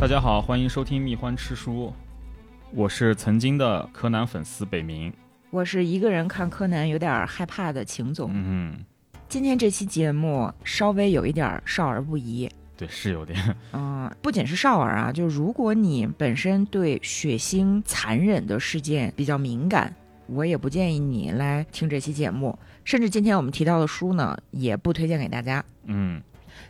大家好，欢迎收听《蜜獾吃书》，我是曾经的柯南粉丝北冥。我是一个人看柯南有点儿害怕的秦总。嗯，今天这期节目稍微有一点儿少儿不宜，对，是有点。嗯，不仅是少儿啊，就如果你本身对血腥残忍的事件比较敏感，我也不建议你来听这期节目。甚至今天我们提到的书呢，也不推荐给大家。嗯，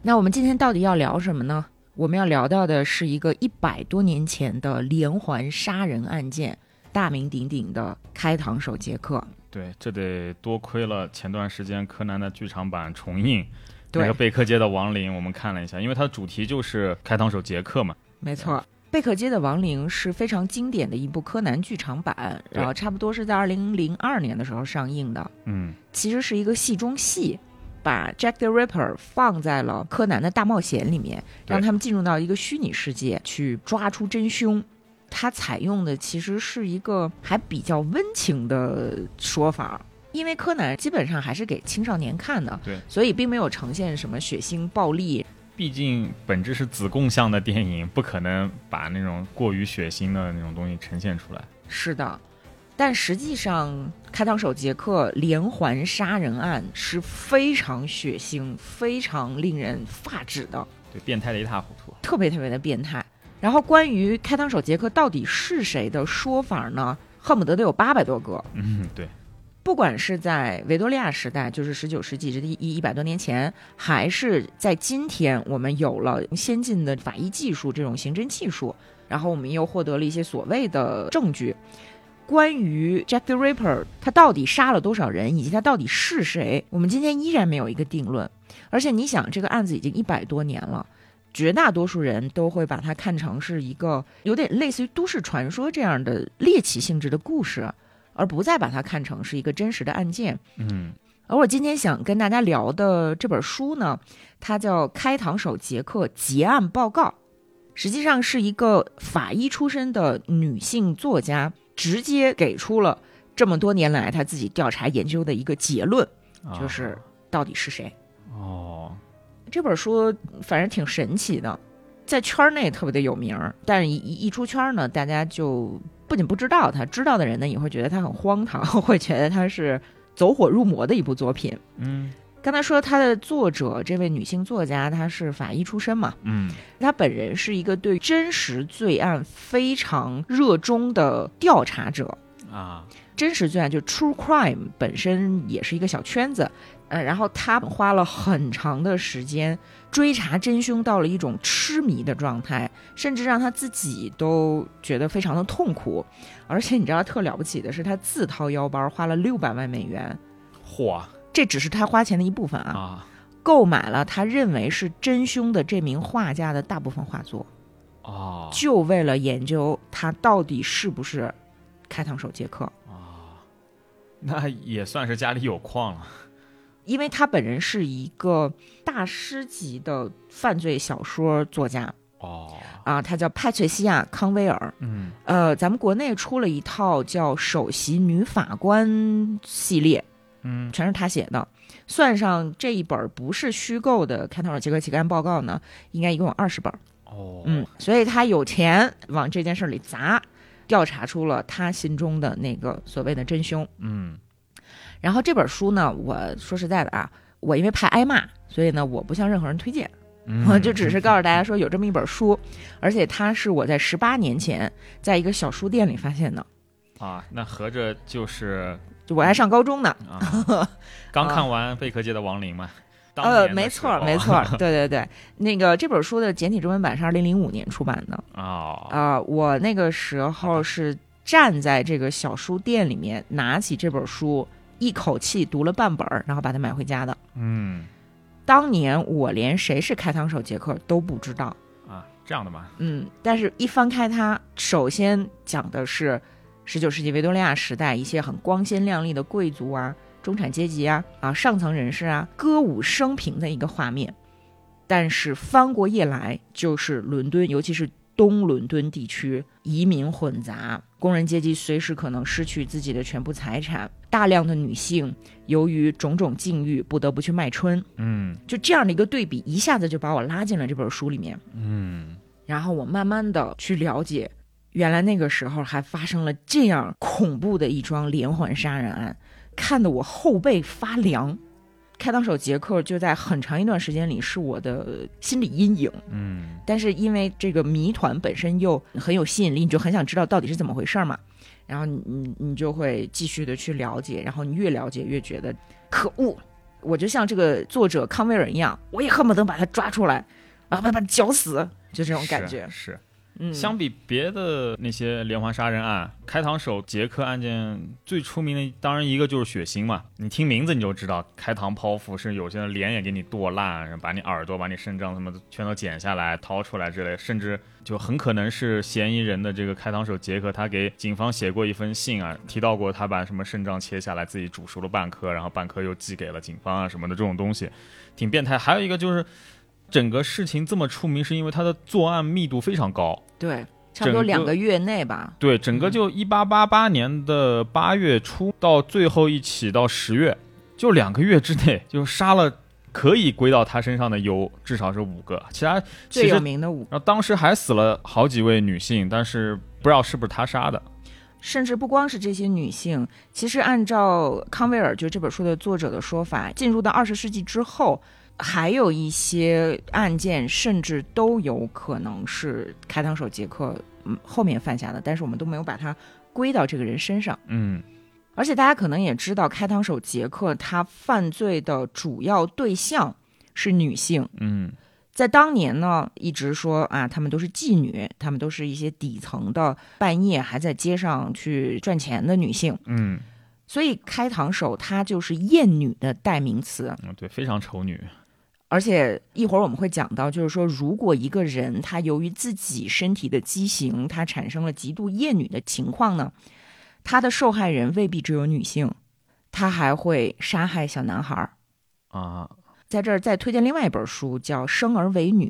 那我们今天到底要聊什么呢？我们要聊到的是一个一百多年前的连环杀人案件，大名鼎鼎的开膛手杰克。对，这得多亏了前段时间柯南的剧场版重映，对那个贝克街的亡灵，我们看了一下，因为它的主题就是开膛手杰克嘛。没错，《贝克街的亡灵》是非常经典的一部柯南剧场版，对然后差不多是在二零零二年的时候上映的，嗯，其实是一个戏中戏。把 Jack the Ripper 放在了柯南的大冒险里面，对让他们进入到一个虚拟世界去抓出真凶。他采用的其实是一个还比较温情的说法，因为柯南基本上还是给青少年看的，对所以并没有呈现什么血腥暴力毕竟本质是子贡向的电影，不可能把那种过于血腥的那种东西呈现出来。是的，但实际上，开膛手杰克连环杀人案是非常血腥、非常令人发指的，对，变态的一塌糊涂。特别特别的变态。然后，关于开膛手杰克到底是谁的说法呢？恨不得得有八百多个。嗯，对，不管是在维多利亚时代，就是十九世纪这一一百多年前，还是在今天，我们有了先进的法医技术这种刑侦技术，然后我们又获得了一些所谓的证据。关于 Jack the Ripper，他到底杀了多少人，以及他到底是谁，我们今天依然没有一个定论。而且你想，这个案子已经一百多年了，绝大多数人都会把它看成是一个有点类似于都市传说这样的猎奇性质的故事。而不再把它看成是一个真实的案件。嗯，而我今天想跟大家聊的这本书呢，它叫《开膛手杰克结案报告》，实际上是一个法医出身的女性作家，直接给出了这么多年来她自己调查研究的一个结论，啊就是到底是谁。哦，这本书反正挺神奇的，在圈内特别的有名儿，但是一一一出圈儿呢，大家就不仅不知道它，知道的人呢也会觉得它很荒唐， 会觉得它是走火入魔的一部作品。嗯刚才说它的作者这位女性作家，她是法医出身嘛，嗯，她本人是一个对真实罪案非常热衷的调查者，啊，真实罪案，就 true crime 本身也是一个小圈子，呃，然后他花了很长的时间追查真凶，到了一种痴迷的状态，甚至让他自己都觉得非常的痛苦。而且你知道特了不起的是，他自掏腰包花了六百万美元，嚯这只是他花钱的一部分啊，啊购买了他认为是真凶的这名画家的大部分画作，哦就为了研究他到底是不是开膛手杰克。那也算是家里有矿了。因为他本人是一个大师级的犯罪小说作家哦，啊，他叫派翠西亚·康威尔。嗯呃，咱们国内出了一套叫《首席女法官》系列，嗯全是他写的。算上这一本不是虚构的《开膛手杰克》乞案报告呢，应该一共有二十本。哦嗯，所以他有钱往这件事儿里砸，调查出了他心中的那个所谓的真凶。嗯然后这本书呢，我说实在的啊，我因为怕挨骂，所以呢，我不向任何人推荐，嗯 我就 只是告诉大家说有这么一本书，而且它是我在十八年前在一个小书店里发现的， 啊，那合着就是就我还上高中呢。啊，刚看完贝壳街的亡灵嘛。当年呃，的没时错儿，候没错儿， 对对对，那个这本书的简体中文版是二零零五年出版的，哦，啊、我那个时候是站在这个小书店里面，拿起这本书，一口气读了半本儿，然后把它买回家的。嗯当年我连谁是开膛手杰克都不知道。啊，这样的嘛，嗯，但是一翻开它，首先讲的是十九世纪维多利亚时代一些很光鲜亮丽的贵族啊、中产阶级啊、啊上层人士啊歌舞升平的一个画面。但是翻过页来，就是伦敦，尤其是东伦敦地区移民混杂，工人阶级随时可能失去自己的全部财产，大量的女性由于种种境遇不得不去卖春，嗯就这样的一个对比，一下子就把我拉进了这本书里面。嗯然后我慢慢的去了解，原来那个时候还发生了这样恐怖的一桩连环杀人案，看得我后背发凉。开膛手杰克就在很长一段时间里是我的心理阴影，嗯但是因为这个谜团本身又很有吸引力，你就很想知道到底是怎么回事儿嘛。然后你你你就会继续的去了解，然后你越了解越觉得可恶。我就像这个作者康威尔一样，我也恨不得把他抓出来，啊，把他把他绞死，就这种感觉。是。是嗯，相比别的那些连环杀人案，开膛手杰克案件最出名的，当然一个就是血腥嘛。你听名字你就知道，开膛剖腹是有些人脸也给你剁烂，然后把你耳朵、把你肾脏什么的全都剪下来、掏出来之类，甚至就很可能是嫌疑人的这个开膛手杰克，他给警方写过一封信啊，提到过他把什么肾脏切下来，自己煮熟了半颗，然后半颗又寄给了警方啊什么的这种东西，挺变态。还有一个就是。整个事情这么出名，是因为他的作案密度非常高，对，差不多整个两个月内吧。对，整个就一八八八年的八月初到最后一起到十月，就两个月之内就杀了可以归到他身上的有至少是五个，其他其最实有然名的五，后当时还死了好几位女性，但是不知道是不是他杀的。甚至不光是这些女性，其实按照康威尔就这本书的作者的说法，进入到二十世纪之后，还有一些案件甚至都有可能是开膛手杰克嗯后面犯下的，但是我们都没有把它归到这个人身上。嗯，而且大家可能也知道，开膛手杰克他犯罪的主要对象是女性。嗯，在当年呢，一直说啊，他们都是妓女，他们都是一些底层的半夜还在街上去赚钱的女性，嗯，所以开膛手她就是艳女的代名词。嗯对，非常丑女。而且一会儿我们会讲到，就是说，如果一个人他由于自己身体的畸形，他产生了极度厌女的情况呢，他的受害人未必只有女性，他还会杀害小男孩儿。啊，在这儿再推荐另外一本书，叫《生而为女》，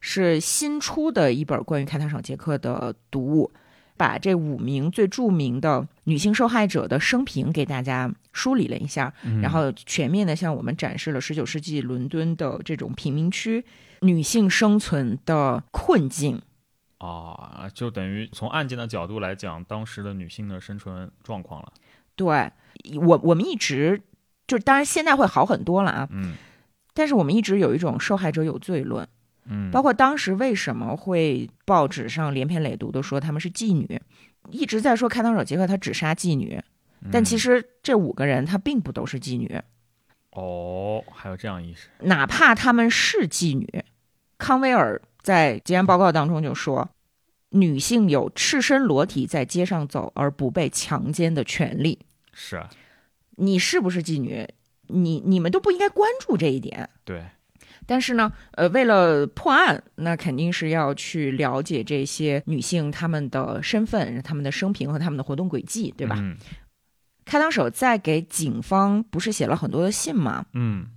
是新出的一本关于开膛手杰克的读物，把这五名最著名的女性受害者的生平给大家梳理了一下，然后全面的向我们展示了19世纪伦敦的这种贫民区女性生存的困境。啊，就等于从案件的角度来讲，当时的女性的生存状况了。对我，我们一直就是，当然现在会好很多了啊，嗯但是我们一直有一种受害者有罪论。嗯，包括当时为什么会报纸上连篇累牍的说她们是妓女，一直在说开膛手杰克他只杀妓女，但其实、实这五个人他并不都是妓女，哦，还有这样意识。哪怕他们是妓女，康威尔在结案报告当中就说，女性有赤身裸体在街上走而不被强奸的权利。是啊，你是不是妓女？你你们都不应该关注这一点。对，但是呢，呃，为了破案，那肯定是要去了解这些女性她们的身份、她们的生平和她们的活动轨迹，对吧？嗯开膛手在给警方不是写了很多的信吗？嗯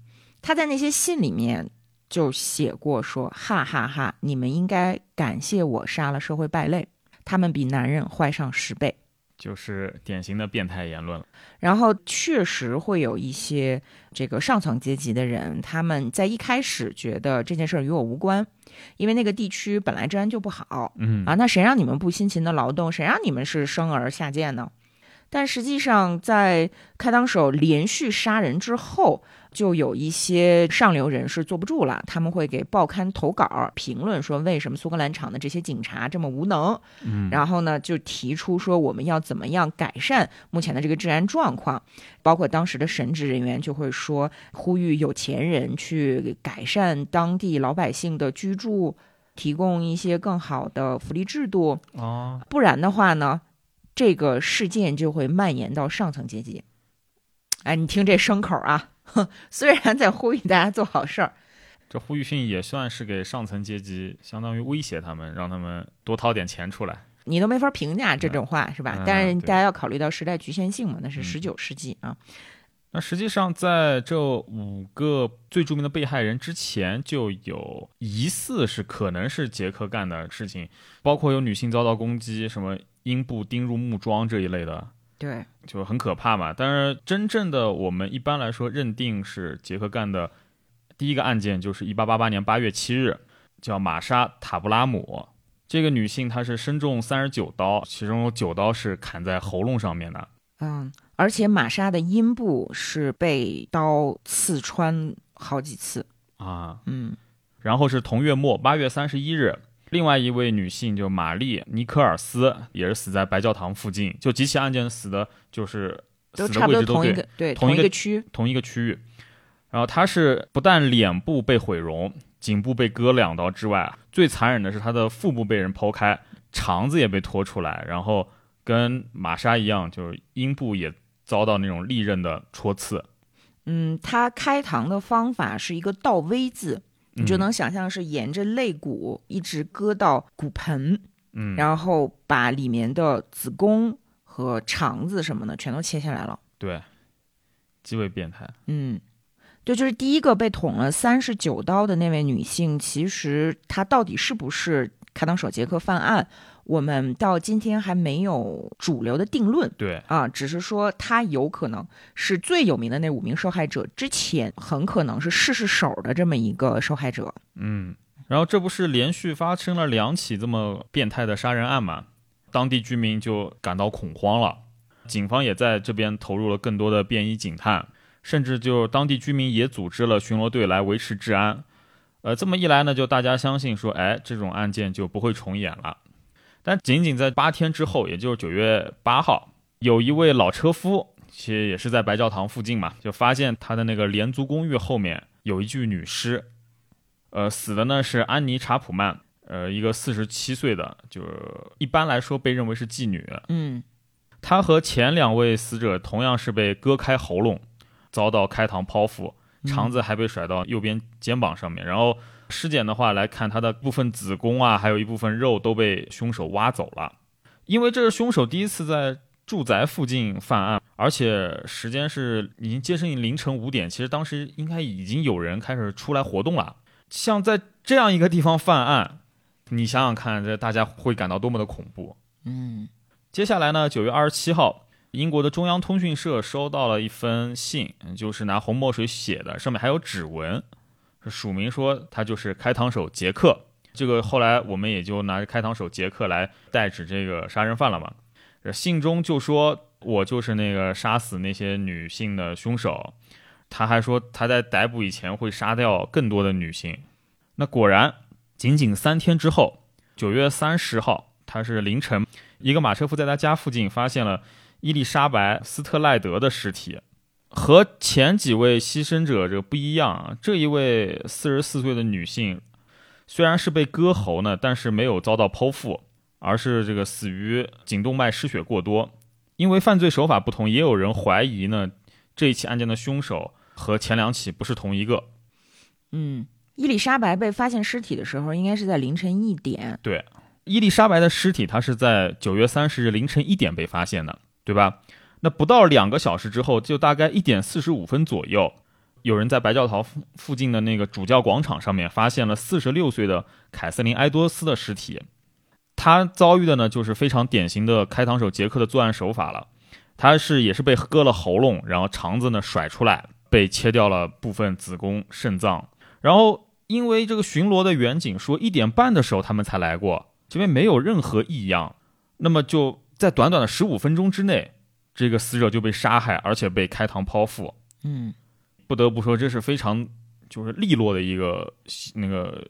他在那些信里面就写过说：“哈哈哈你们应该感谢我杀了社会败类，他们比男人坏上十倍。”就是典型的变态言论了。然后确实会有一些这个上层阶级的人，他们在一开始觉得这件事儿与我无关，因为那个地区本来治安就不好嗯啊，那谁让你们不辛勤的劳动，谁让你们是生而下贱呢？但实际上，在开膛手连续杀人之后，就有一些上流人士坐不住了，他们会给报刊投稿评论说，为什么苏格兰场的这些警察这么无能？嗯然后呢，就提出说我们要怎么样改善目前的这个治安状况，包括当时的神职人员就会说，呼吁有钱人去改善当地老百姓的居住，提供一些更好的福利制度，哦，不然的话呢，这个事件就会蔓延到上层阶级。哎，你听这牲口啊， 哼，虽然在呼吁大家做好事儿，这呼吁信也算是给上层阶级，相当于威胁他们，让他们多掏点钱出来。你都没法评价这种话是吧嗯？但是对大家要考虑到时代局限性嘛，那是嗯十九世纪啊。那实际上，在这五个最著名的被害人之前，就有疑似是可能是杰克干的事情，包括有女性遭到攻击，什么阴部钉入木桩这一类的，对，就很可怕嘛。但是真正的我们一般来说认定是杰克干的第一个案件，就是一八八八年八月七日，叫玛莎·塔布拉姆。这个女性她是身中三十九刀，其中有九刀是砍在喉咙上面的。嗯，而且玛莎的阴部是被刀刺穿好几次。啊，嗯，然后是同月末八月三十一日，另外一位女性就玛丽·尼科尔斯，也是死在白教堂附近，就几起案件死的就是都死差的不多位置同一对，个对同一一个个区。同一个区域。然后她是不但脸部被毁容，颈部被割两刀之外，最残忍的是她的腹部被人剖开，肠子也被拖出来，然后跟玛莎一样，就是阴部也遭到那种利刃的戳刺。嗯，它开膛的方法是一个倒 V 字，你嗯就能想象是沿着肋骨一直割到骨盆，嗯，嗯然后把里面的子宫和肠子什么的全都切下来了。对，极为变态。嗯，对，就是第一个被捅了三十九刀的那位女性，其实她到底是不是开膛手杰克犯案，我们到今天还没有主流的定论。对，啊，只是说她有可能是最有名的那五名受害者之前，很可能是试试手的这么一个受害者。嗯，然后这不是连续发生了两起这么变态的杀人案嘛？当地居民就感到恐慌了，警方也在这边投入了更多的便衣警探，甚至就当地居民也组织了巡逻队来维持治安。呃，这么一来呢，就大家相信说，哎，这种案件就不会重演了。但仅仅在八天之后，也就是九月八号，有一位老车夫，其实也是在白教堂附近嘛，就发现他的那个廉租公寓后面有一具女尸，呃，死的呢是安妮·查普曼，呃，一个四十七岁的，就是一般来说被认为是妓女。啊嗯她和前两位死者同样是被割开喉咙，遭到开膛剖腹，肠子还被甩到右边肩膀上面。然后尸检的话来看，她的部分子宫啊，还有一部分肉都被凶手挖走了。因为这是凶手第一次在住宅附近犯案，而且时间是已经接近凌晨五点，其实当时应该已经有人开始出来活动了。像在这样一个地方犯案，你想想看，这大家会感到多么的恐怖。嗯接下来呢，九月二十七号，英国的中央通讯社收到了一封信，嗯就是拿红墨水写的，上面还有指纹，是署名说他就是开膛手杰克。这个后来我们也就拿开膛手杰克来代指这个杀人犯了嘛。呃信中就说我就是那个杀死那些女性的凶手，他还说他在逮捕以前会杀掉更多的女性。那果然，仅仅三天之后，九月三十号，他是凌晨一个马车夫在他家附近发现了伊丽莎白·斯特赖德的尸体。和前几位牺牲者这个不一样啊，这一位四十四岁的女性，虽然是被割喉呢，但是没有遭到剖腹，而是这个死于颈动脉失血过多。因为犯罪手法不同，也有人怀疑呢，这一起案件的凶手和前两起不是同一个。嗯，伊丽莎白被发现尸体的时候，应该是在凌晨一点。伊丽莎白的尸体，她是在九月三十日凌晨一点被发现的，对吧？那不到两个小时之后，就大概一点四十五分左右，有人在白教堂附附近的那个主教广场上面发现了四十六岁的凯瑟琳·埃多斯的尸体。她遭遇的呢，就是非常典型的开膛手杰克的作案手法了。她是也是被割了喉咙，然后肠子呢甩出来，被切掉了部分子宫、肾脏。然后因为这个巡逻的远警说一点半的时候他们才来过，这边没有任何异样，那么就在短短的十五分钟之内，这个死者就被杀害，而且被开膛剖腹。嗯不得不说，这是非常就是利落的一个那个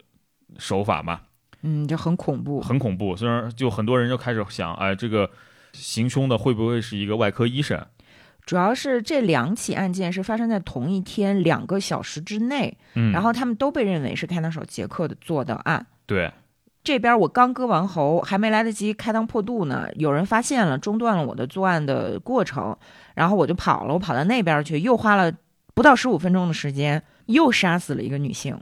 手法嘛，嗯，就很恐怖。很恐怖。虽然就很多人就开始想，哎，这个行凶的会不会是一个外科医生？主要是这两起案件是发生在同一天两个小时之内，嗯，然后他们都被认为是开膛手杰克的做的案。对，这边我刚割完喉，还没来得及开膛破肚呢，有人发现了，中断了我的作案的过程，然后我就跑了，我跑到那边去，又花了不到十五分钟的时间，又杀死了一个女性。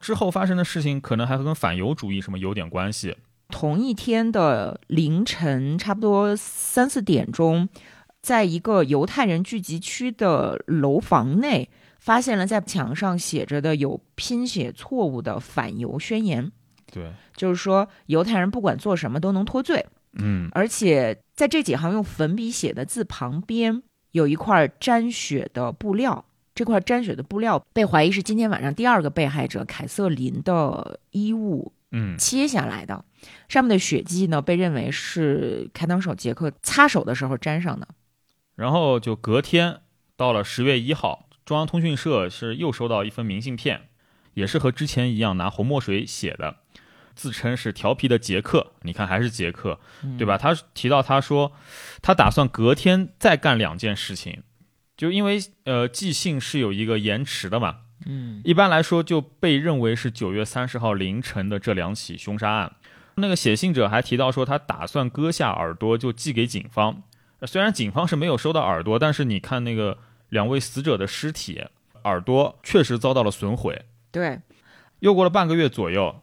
之后发生的事情可能还跟反犹主义什么有点关系。同一天的凌晨，差不多三四点钟，在一个犹太人聚集区的楼房内，发现了在墙上写着的有拼写错误的反犹宣言，对，就是说犹太人不管做什么都能脱罪。嗯，而且在这几行用粉笔写的字旁边有一块沾血的布料，这块沾血的布料被怀疑是今天晚上第二个被害者凯瑟琳的衣物嗯切下来的，上面的血迹呢被认为是开膛手杰克擦手的时候沾上的。然后就隔天到了十月一号，中央通讯社是又收到一份明信片，也是和之前一样拿红墨水写的，自称是调皮的杰克。你看还是杰克，对吧？他提到他说，他打算隔天再干两件事情，就因为呃寄信是有一个延迟的嘛，嗯，一般来说就被认为是九月三十号凌晨的这两起凶杀案。那个写信者还提到说，他打算割下耳朵就寄给警方。呃虽然警方是没有收到耳朵，但是你看那个两位死者的尸体，耳朵确实遭到了损毁。对，又过了半个月左右，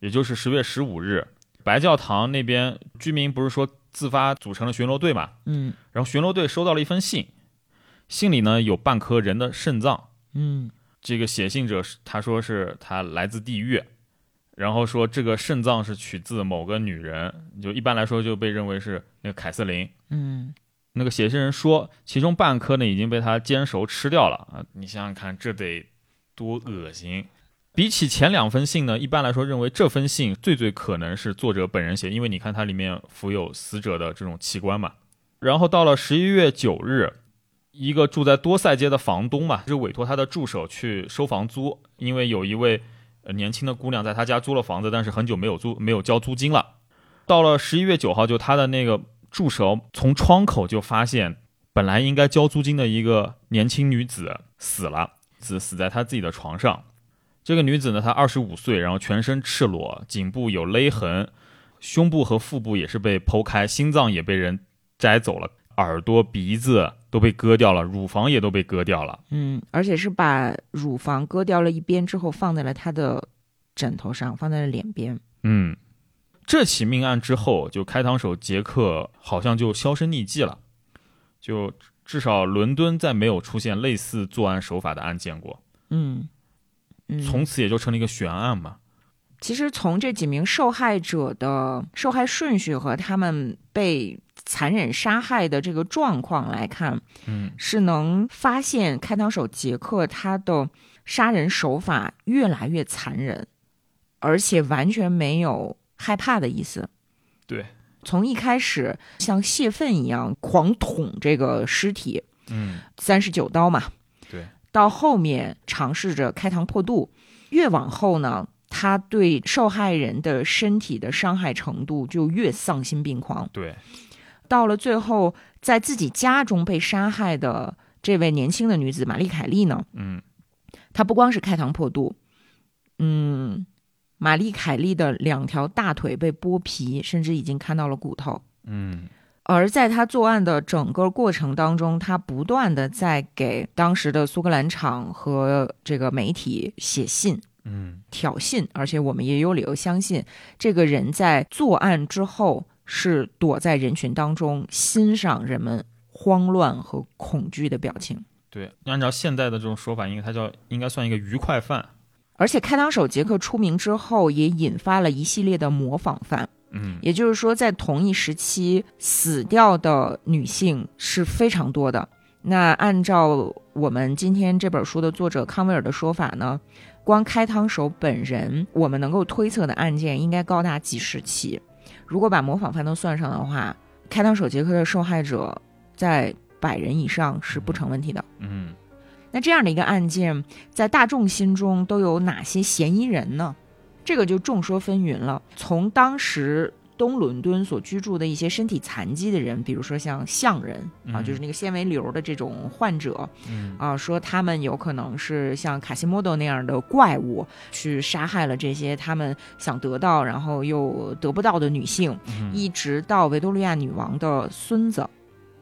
也就是十月十五日，白教堂那边居民不是说自发组成了巡逻队嘛？嗯然后巡逻队收到了一封信，信里呢有半颗人的肾脏。嗯这个写信者是他说是他来自地狱，然后说这个肾脏是取自某个女人，就一般来说就被认为是那个凯瑟琳。嗯，那个写信人说，其中半颗呢已经被他煎熟吃掉了啊！你想想看，这得多恶心！比起前两封信呢，一般来说认为这封信最最可能是作者本人写，因为你看它里面附有死者的这种器官嘛。然后到了十一月九日，一个住在多塞街的房东嘛，就委托他的助手去收房租，因为有一位呃年轻的姑娘在他家租了房子，但是很久没有租没有交租金了。到了十一月九号，就他的那个助手从窗口就发现，本来应该交租金的一个年轻女子死了，死死在她自己的床上。这个女子呢，她二十五岁，然后全身赤裸，颈部有勒痕，胸部和腹部也是被剖开，心脏也被人摘走了，耳朵、鼻子都被割掉了，乳房也都被割掉了。嗯，而且是把乳房割掉了一边之后，放在了他的枕头上，放在了脸边。嗯，这起命案之后，就开膛手杰克好像就销声匿迹了，就至少伦敦再没有出现类似作案手法的案件过，嗯，嗯从此也就成了一个悬案嘛。其实从这几名受害者的受害顺序和他们被残忍杀害的这个状况来看，嗯，是能发现开膛手杰克他的杀人手法越来越残忍，而且完全没有害怕的意思。对，从一开始像泄愤一样狂捅这个尸体，嗯，三十九刀嘛，对，到后面尝试着开膛破肚，越往后呢，他对受害人的身体的伤害程度就越丧心病狂。对，到了最后，在自己家中被杀害的这位年轻的女子玛丽凯莉呢，嗯她不光是开膛破肚，嗯，玛丽凯莉的两条大腿被剥皮，甚至已经看到了骨头。嗯而在他作案的整个过程当中，他不断的在给当时的苏格兰场和这个媒体写信嗯，挑衅，而且我们也有理由相信，这个人在作案之后是躲在人群当中，欣赏人们慌乱和恐惧的表情。对，按照现在的这种说法，应该它叫应该算一个愉快犯。而且开膛手杰克出名之后，也引发了一系列的模仿犯，嗯也就是说，在同一时期死掉的女性是非常多的。那按照我们今天这本书的作者康威尔的说法呢，光开膛手本人，我们能够推测的案件应该高达几十起。如果把模仿犯都算上的话，开膛手杰克的受害者在百人以上是不成问题的。嗯那这样的一个案件，在大众心中都有哪些嫌疑人呢？这个就众说纷纭了。从当时东伦敦所居住的一些身体残疾的人，比如说像象人啊，嗯就是那个纤维瘤的这种患者嗯啊，说他们有可能是像卡西莫多那样的怪物，去杀害了这些他们想得到然后又得不到的女性。嗯一直到维多利亚女王的孙子，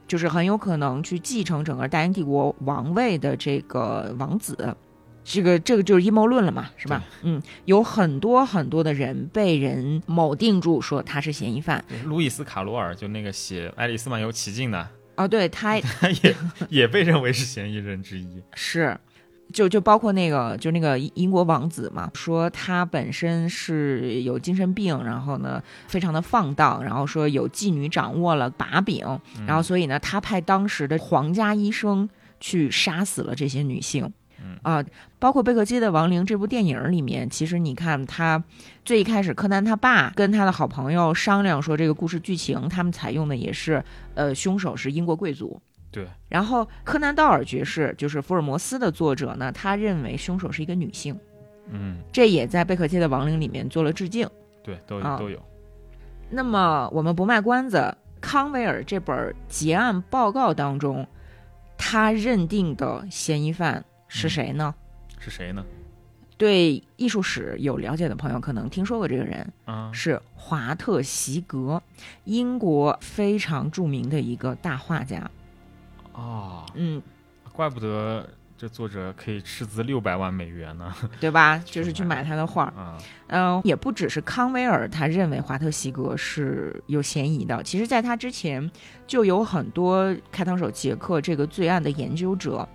就是很有可能去继承整个大英帝国王位的这个王子。这个这个就是阴谋论了嘛，是吧？嗯，有很多很多的人被人某定住，说他是嫌疑犯对路易斯·卡罗尔就那个写《爱丽丝漫游奇境》的， 啊，对，他他也也被认为是嫌疑人之一。是，就就包括那个，就那个英英国王子嘛，说他本身是有精神病，然后呢，非常的放荡，然后说有妓女掌握了把柄，然后所以呢，他派当时的皇家医生去杀死了这些女性。嗯啊，包括贝克街的亡灵这部电影里面，其实你看他最一开始，柯南他爸跟他的好朋友商量说这个故事剧情，他们采用的也是呃凶手是英国贵族。对，然后柯南道尔爵士就是福尔摩斯的作者呢，他认为凶手是一个女性，嗯，这也在贝克街的亡灵里面做了致敬。对，都有、啊都有，那么我们不卖关子，康威尔这本结案报告当中，他认定的嫌疑犯是谁呢？是谁呢？对艺术史有了解的朋友可能听说过这个人，啊，是华特席格，英国非常著名的一个大画家。啊，嗯，怪不得这作者可以斥资六百万美元呢。对吧？就是去买他的画儿。啊，嗯、也不只是康威尔，他认为华特席格是有嫌疑的。其实，在他之前，就有很多开膛手杰克这个罪案的研究者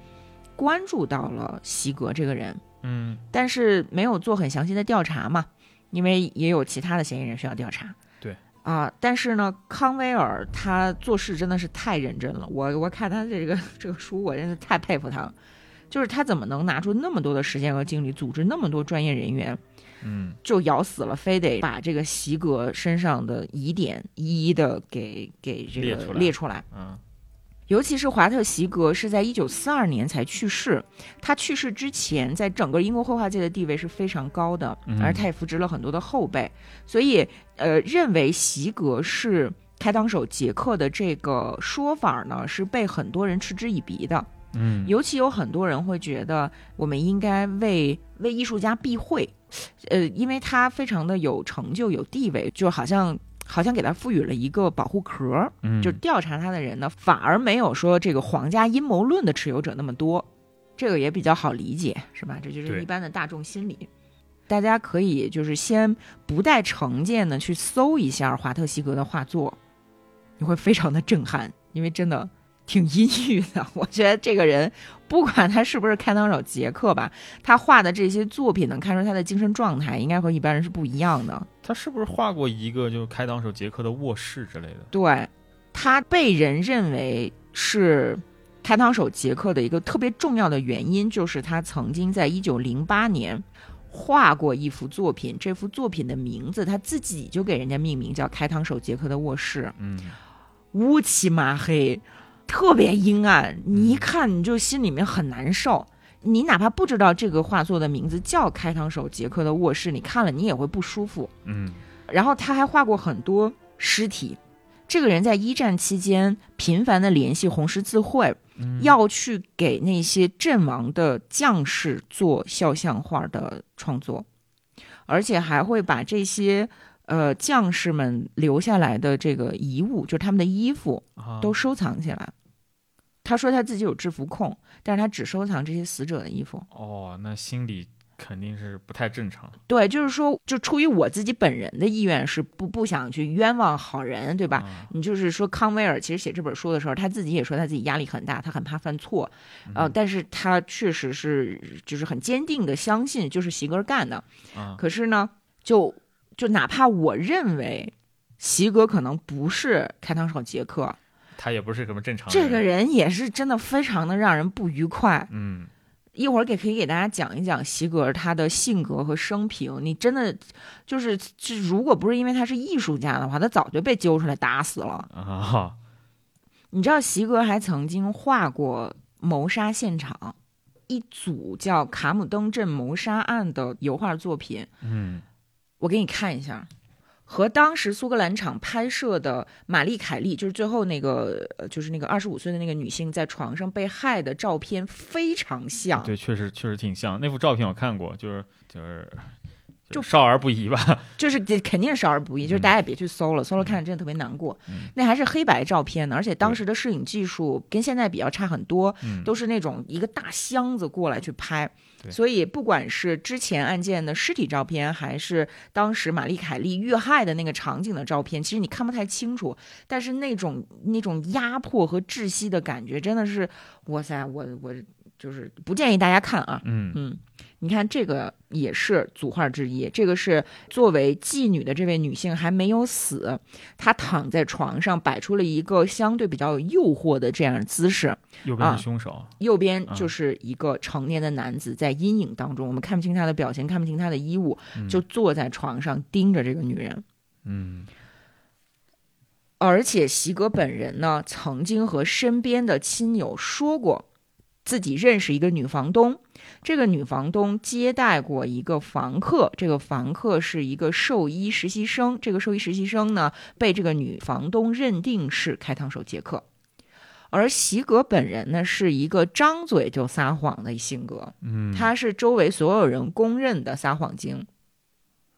关注到了席格这个人，嗯，但是没有做很详细的调查嘛，因为也有其他的嫌疑人需要调查。对。啊、但是呢，康威尔他做事真的是太认真了。我我看他这个这个书，我真的太佩服他了。就是他怎么能拿出那么多的时间和精力，组织那么多专业人员，嗯，就咬死了，非得把这个席格身上的疑点一一的给给这列个出来列出来。嗯，尤其是华特席格是在一九四二年才去世，他去世之前，在整个英国绘画界的地位是非常高的，嗯而他也扶植了很多的后辈，所以呃，认为席格是开膛手杰克的这个说法呢，是被很多人嗤之以鼻的。嗯，尤其有很多人会觉得，我们应该为为艺术家避讳，呃，因为他非常的有成就、有地位，就好像好像给他赋予了一个保护壳儿，嗯就调查他的人呢，反而没有说这个皇家阴谋论的持有者那么多，这个也比较好理解，是吧？这就是对一般的大众心理。大家可以就是先不带成见的去搜一下华特西格的画作，你会非常的震撼，因为真的挺阴郁的。 我觉得这个人不管他是不是开膛手杰克吧，他画的这些作品能看出他的精神状态应该和一般人是不一样的。他是不是画过一个就是开膛手杰克的卧室之类的？对，他被人认为是开膛手杰克的一个特别重要的原因，就是他曾经在一九零八年画过一幅作品，这幅作品的名字他自己就给人家命名叫《开膛手杰克的卧室嗯，》，乌漆麻黑，特别阴暗，你嗯一看你就心里面很难受。你哪怕不知道这个画作的名字叫《开膛手杰克的卧室》，你看了你也会不舒服。嗯，然后他还画过很多尸体。这个人在一战期间频繁的联系红十字会，嗯要去给那些阵亡的将士做肖像画的创作，而且还会把这些呃将士们留下来的这个遗物，就是他们的衣服，啊都收藏起来。他说他自己有制服控，但是他只收藏这些死者的衣服。哦，那心理肯定是不太正常对，就是说，就出于我自己本人的意愿，是不不想去冤枉好人，对吧？啊你就是说，康威尔其实写这本书的时候，他自己也说他自己压力很大，他很怕犯错，呃，但是他确实是就是很坚定的相信就是席格干的。啊，可是呢，就就哪怕我认为席格可能不是开膛手杰克，他也不是什么正常这个，人也是真的非常的让人不愉快。嗯，一会儿给可以给大家讲一讲席格他的性格和生平。你真的就是，这如果不是因为他是艺术家的话，他早就被揪出来打死了。啊， 你知道席格还曾经画过谋杀现场，一组叫《卡姆登镇谋杀案》的油画作品，嗯，我给你看一下，和当时苏格兰场拍摄的玛丽·凯莉，就是最后那个，呃就是那个二十五岁的那个女性在床上被害的照片非常像。对，确实确实挺像。那幅照片我看过，就是就是就少儿不宜吧？ 就是这肯定少儿不宜，就是嗯大家也别去搜了，搜了看着真的特别难过。嗯那还是黑白照片呢，而且当时的摄影技术跟现在比较差很多，嗯都是那种一个大箱子过来去拍。对所以不管是之前案件的尸体照片，还是当时玛丽凯莉遇害的那个场景的照片，其实你看不太清楚，但是那种那种压迫和窒息的感觉，真的是，哇塞，我我就是不建议大家看啊。嗯嗯，你看这个也是组画之一，这个是作为妓女的这位女性还没有死，她躺在床上摆出了一个相对比较有诱惑的这样的姿势，右边啊是凶手，右边嗯就是一个成年的男子在阴影当中，我们看不清他的表情，看不清他的衣物，嗯就坐在床上盯着这个女人。嗯而且席格本人呢，曾经和身边的亲友说过，自己认识一个女房东，这个女房东接待过一个房客，这个房客是一个兽医实习生，这个兽医实习生呢，被这个女房东认定是开膛手杰克。而席格本人呢，是一个张嘴就撒谎的性格，嗯，他是周围所有人公认的撒谎精。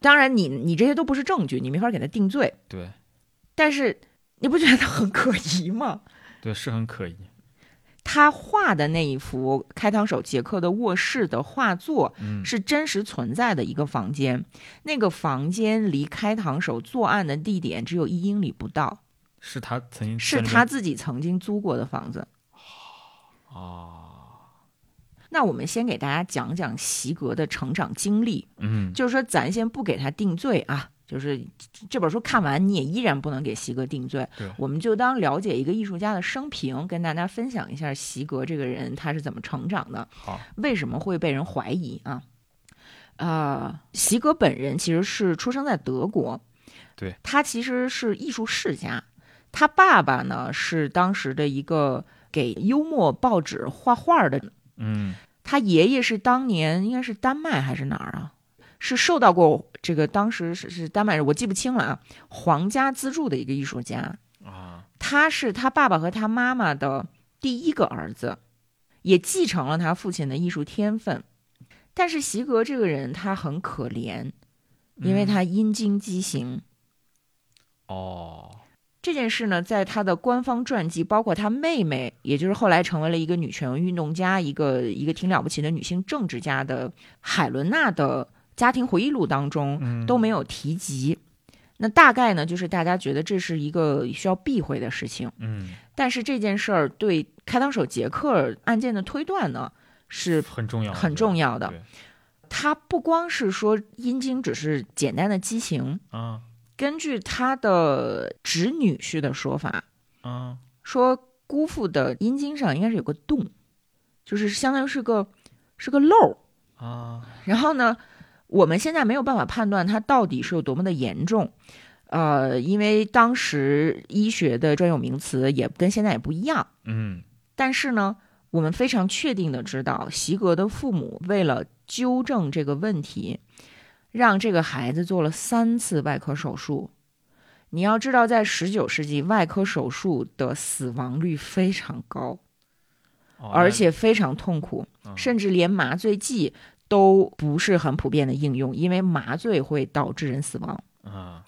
当然你，你这些都不是证据，你没法给他定罪。对但是你不觉得他很可疑吗？对是很可疑，他画的那一幅开膛手杰克的卧室的画作嗯是真实存在的一个房间，那个房间离开膛手作案的地点只有一英里不到，是他曾经是在那他边自己曾经租过的房子。啊，那我们先给大家讲讲席格的成长经历，嗯就是说咱先不给他定罪啊，就是这本书看完你也依然不能给席格定罪对，我们就当了解一个艺术家的生平，跟大家分享一下席格这个人他是怎么成长的，好，为什么会被人怀疑啊？呃，席格本人其实是出生在德国，对，他其实是艺术世家，他爸爸呢是当时的一个给幽默报纸画画的嗯他爷爷是当年应该是丹麦还是哪儿啊？是受到过这个当时是是丹麦人，我记不清了啊。皇家资助的一个艺术家，啊，他是他爸爸和他妈妈的第一个儿子，也继承了他父亲的艺术天分。但是席格这个人他很可怜，因为嗯他阴茎畸形。哦，这件事呢，在他的官方传记，包括他妹妹，也就是后来成为了一个女权运动家，一个一个挺了不起的女性政治家的海伦娜的家庭回忆录当中嗯都没有提及。那大概呢，就是大家觉得这是一个需要避讳的事情，嗯但是这件事儿对开膛手杰克案件的推断呢是很重要，很重要要的对。他不光是说阴茎只是简单的畸形，啊根据他的侄女婿的说法，啊说姑父的阴茎上应该是有个洞，就是相当于是个是个漏。啊，然后呢，我们现在没有办法判断它到底是有多么的严重，呃，因为当时医学的专有名词也跟现在也不一样。嗯但是呢，我们非常确定的知道，席格的父母为了纠正这个问题，让这个孩子做了三次外科手术。你要知道，在十九世纪，外科手术的死亡率非常高，哦而那且非常痛苦，嗯甚至连麻醉剂都不是很普遍的应用，因为麻醉会导致人死亡。啊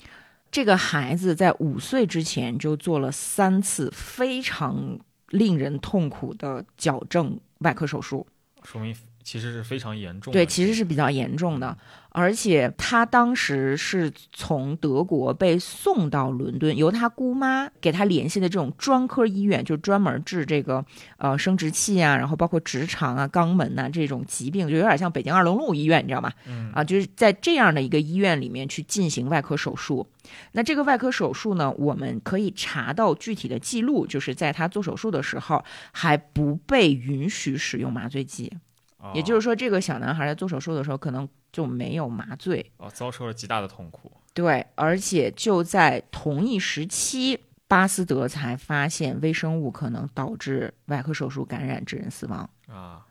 这个孩子在五岁之前就做了三次非常令人痛苦的矫正外科手术，说明其实是非常严重的，嗯对，其实是比较严重的。而且他当时是从德国被送到伦敦，由他姑妈给他联系的这种专科医院，就专门治这个呃生殖器啊，然后包括直肠啊、肛门呐、这种疾病，就有点像北京二龙路医院，你知道吗？嗯啊，就是在这样的一个医院里面去进行外科手术。那这个外科手术呢，我们可以查到具体的记录，就是在他做手术的时候还不被允许使用麻醉剂，哦也就是说，这个小男孩在做手术的时候可能就没有麻醉。哦遭受了极大的痛苦，对，而且就在同一时期。巴斯德才发现微生物可能导致外科手术感染致人死亡。啊，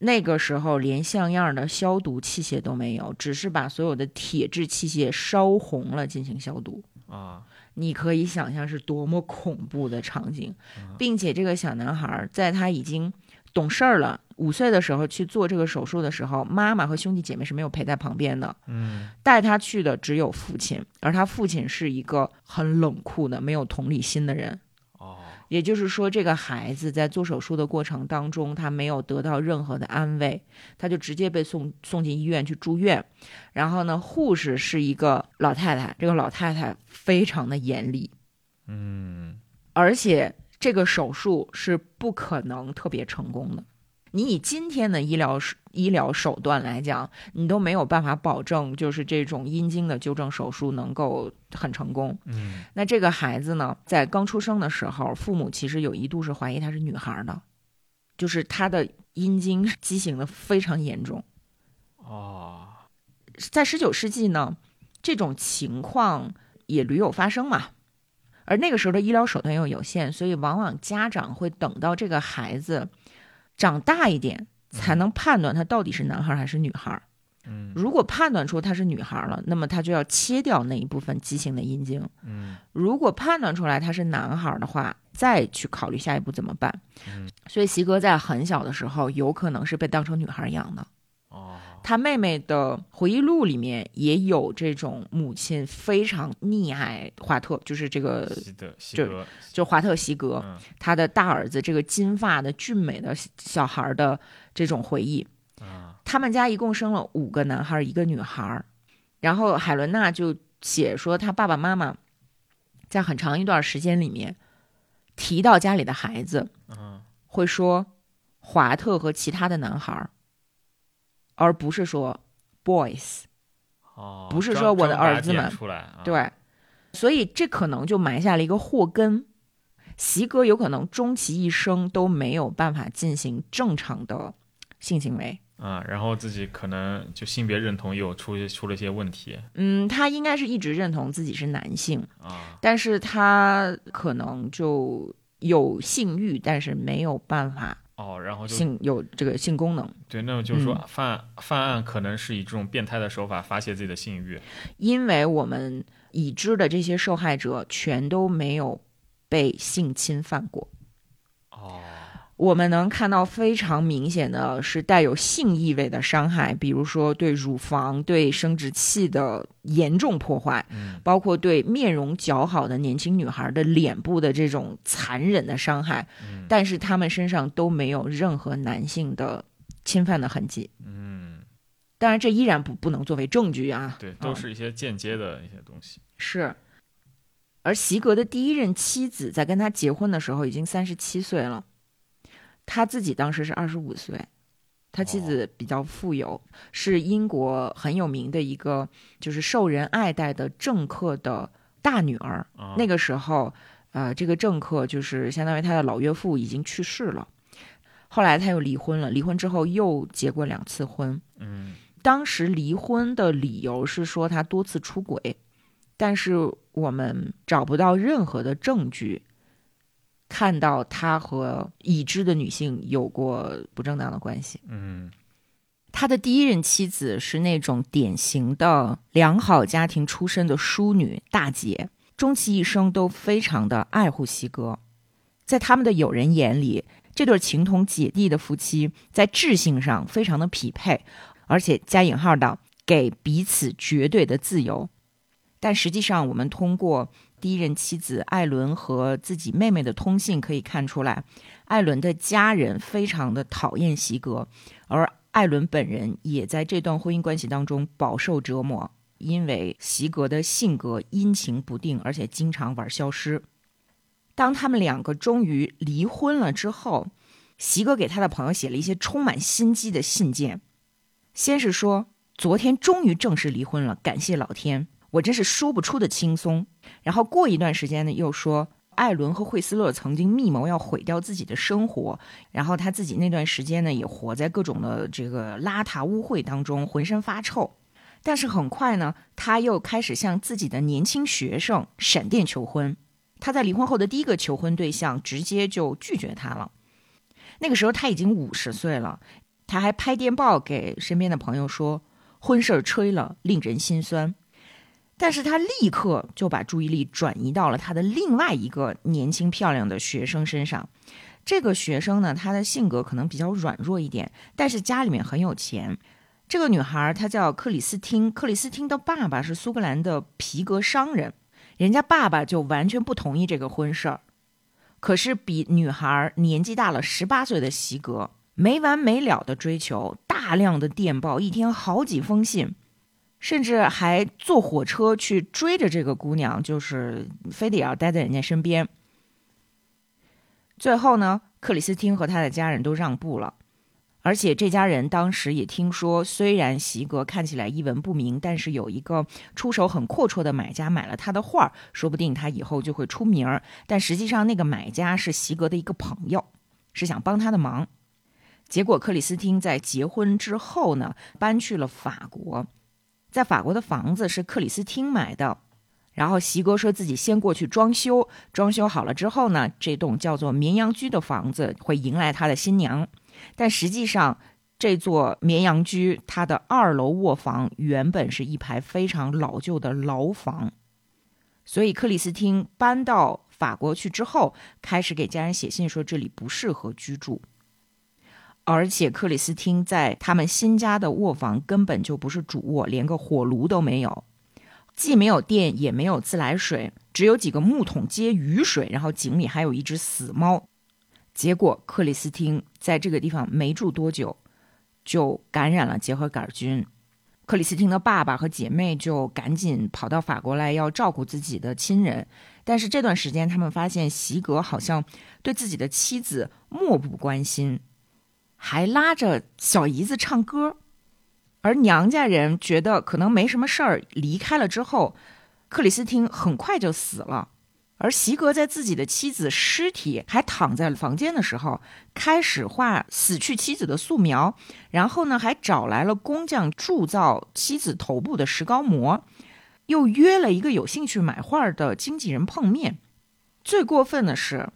那个时候连像样的消毒器械都没有，只是把所有的铁制器械烧红了进行消毒。啊，你可以想象是多么恐怖的场景，啊并且这个小男孩在他已经懂事儿了，五岁的时候去做这个手术的时候，妈妈和兄弟姐妹是没有陪在旁边的，嗯带他去的只有父亲，而他父亲是一个很冷酷的、没有同理心的人。哦，也就是说，这个孩子在做手术的过程当中，他没有得到任何的安慰，他就直接被送送进医院去住院。然后呢，护士是一个老太太，这个老太太非常的严厉，嗯而且这个手术是不可能特别成功的。你以今天的医疗手医疗手段来讲，你都没有办法保证就是这种阴茎的纠正手术能够很成功。嗯，那这个孩子呢，在刚出生的时候，父母其实有一度是怀疑她是女孩儿的，就是她的阴茎畸形的非常严重。哦，在十九世纪呢，这种情况也屡有发生嘛。而那个时候的医疗手段又有限，所以往往家长会等到这个孩子长大一点，才能判断他到底是男孩还是女孩。嗯如果判断出他是女孩了，那么他就要切掉那一部分畸形的阴茎。嗯如果判断出来他是男孩儿的话，再去考虑下一步怎么办。嗯所以席格在很小的时候，有可能是被当成女孩儿养的。哦，他妹妹的回忆录里面也有这种母亲非常溺爱华特，就是这个西德西就格，就华特席格，嗯他的大儿子这个金发的俊美的小孩儿的这种回忆。啊他们家一共生了五个男孩儿，一个女孩儿。然后海伦娜就写说，她爸爸妈妈在很长一段时间里面提到家里的孩子，嗯会说华特和其他的男孩儿，而不是说 boys。哦，不是张说我的张拔儿子点们出来，啊，对，所以这可能就埋下了一个祸根。席格有可能终其一生都没有办法进行正常的性行为。啊，然后自己可能就性别认同有出出了一些问题嗯，他应该是一直认同自己是男性，啊，但是他可能就有性欲，但是没有办法哦，然后就性有这个性功能，对，那么就是说嗯犯犯案可能是以这种变态的手法发泄自己的性欲，因为我们已知的这些受害者全都没有被性侵犯过。哦，我们能看到非常明显的是带有性意味的伤害，比如说对乳房、对生殖器的严重破坏，嗯包括对面容姣好的年轻女孩的脸部的这种残忍的伤害。嗯但是他们身上都没有任何男性的侵犯的痕迹。嗯，当然，这依然不不能作为证据啊。对，嗯都是一些间接的一些东西，是。而席格的第一任妻子在跟他结婚的时候已经三十七岁了，他自己当时是二十五岁。他妻子比较富有，是英国很有名的一个就是受人爱戴的政客的大女儿。啊，那个时候，呃，这个政客就是相当于他的老岳父已经去世了，后来他又离婚了，离婚之后又结过两次婚。嗯当时离婚的理由是说他多次出轨，但是我们找不到任何的证据，看到他和已知的女性有过不正当的关系。嗯他的第一任妻子是那种典型的良好家庭出身的淑女大姐，终其一生都非常的爱护西哥。在他们的友人眼里，这对情同姐弟的夫妻在智性上非常的匹配，而且加引号的给彼此绝对的自由。但实际上，我们通过第一任妻子艾伦和自己妹妹的通信可以看出来，艾伦的家人非常的讨厌席格，而艾伦本人也在这段婚姻关系当中饱受折磨，因为席格的性格阴晴不定，而且经常玩消失。当他们两个终于离婚了之后，席格给他的朋友写了一些充满心机的信件，先是说昨天终于正式离婚了，感谢老天，我真是说不出的轻松。然后过一段时间呢，又说艾伦和惠斯勒曾经密谋要毁掉自己的生活，然后他自己那段时间呢，也活在各种的这个邋遢污秽当中，浑身发臭。但是很快呢，他又开始向自己的年轻学生闪电求婚。他在离婚后的第一个求婚对象直接就拒绝他了。那个时候他已经五十岁了，他还拍电报给身边的朋友说婚事儿吹了，令人心酸。但是他立刻就把注意力转移到了他的另外一个年轻漂亮的学生身上。这个学生呢，她的性格可能比较软弱一点，但是家里面很有钱。这个女孩她叫克里斯汀，克里斯汀的爸爸是苏格兰的皮革商人，人家爸爸就完全不同意这个婚事儿。可是比女孩年纪大了十八岁的席格，没完没了的追求，大量的电报，一天好几封信，甚至还坐火车去追着这个姑娘，就是非得要待在人家身边。最后呢，克里斯汀和他的家人都让步了。而且这家人当时也听说，虽然席格看起来一文不名，但是有一个出手很阔绰的买家买了他的画儿，说不定他以后就会出名儿。但实际上，那个买家是席格的一个朋友，是想帮他的忙。结果，克里斯汀在结婚之后呢，搬去了法国，在法国的房子是克里斯汀买的。然后席格说自己先过去装修，装修好了之后呢，这栋叫做绵羊居的房子会迎来他的新娘。但实际上，这座绵羊居它的二楼卧房原本是一排非常老旧的牢房，所以克里斯汀搬到法国去之后，开始给家人写信说这里不适合居住。而且克里斯汀在他们新家的卧房根本就不是主卧，连个火炉都没有，既没有电也没有自来水，只有几个木桶接雨水，然后井里还有一只死猫。结果克里斯汀在这个地方没住多久，就感染了结核杆菌。克里斯汀的爸爸和姐妹就赶紧跑到法国来要照顾自己的亲人，但是这段时间他们发现席格好像对自己的妻子漠不关心，还拉着小姨子唱歌。而娘家人觉得可能没什么事儿，离开了之后，克里斯汀很快就死了。而席格在自己的妻子尸体还躺在房间的时候，开始画死去妻子的素描，然后呢，还找来了工匠铸造妻子头部的石膏模，又约了一个有兴趣买画的经纪人碰面。最过分的是，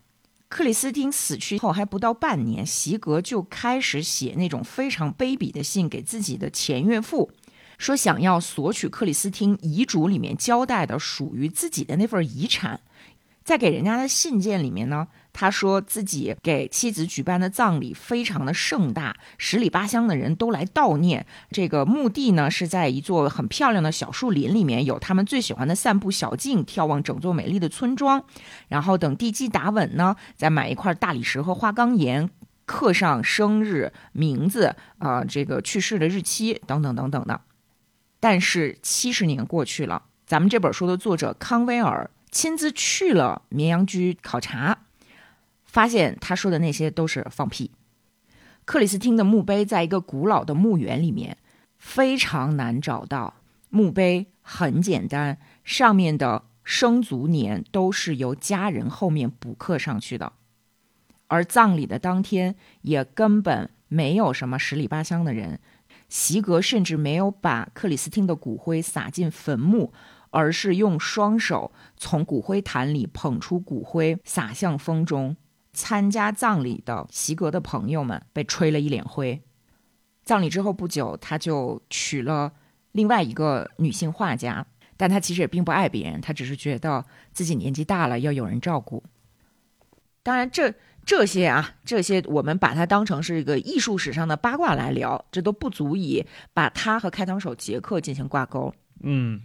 克里斯汀死去后还不到半年，席格就开始写那种非常卑鄙的信给自己的前岳父。说想要索取克里斯汀遗嘱里面交代的属于自己的那份遗产，在给人家的信件里面呢，他说自己给妻子举办的葬礼非常的盛大，十里八乡的人都来悼念。这个墓地呢是在一座很漂亮的小树林里面，有他们最喜欢的散步小径，眺望整座美丽的村庄。然后等地基打稳呢，再买一块大理石和花岗岩，刻上生日、名字啊、呃这个去世的日期等等等等的。但是七十年过去了，咱们这本书的作者康威尔亲自去了绵羊居考察，发现他说的那些都是放屁。克里斯汀的墓碑在一个古老的墓园里面，非常难找到。墓碑很简单，上面的生卒年都是由家人后面补刻上去的，而葬礼的当天也根本没有什么十里八乡的人。席格甚至没有把克里斯汀的骨灰撒进坟墓，而是用双手从骨灰坛里捧出骨灰，撒向风中。参加葬礼的席格的朋友们被吹了一脸灰。葬礼之后不久，他就娶了另外一个女性画家，但他其实也并不爱别人，他只是觉得自己年纪大了，要有人照顾。当然这，这些啊，这些我们把它当成是一个艺术史上的八卦来聊，这都不足以把他和开膛手杰克进行挂钩。嗯，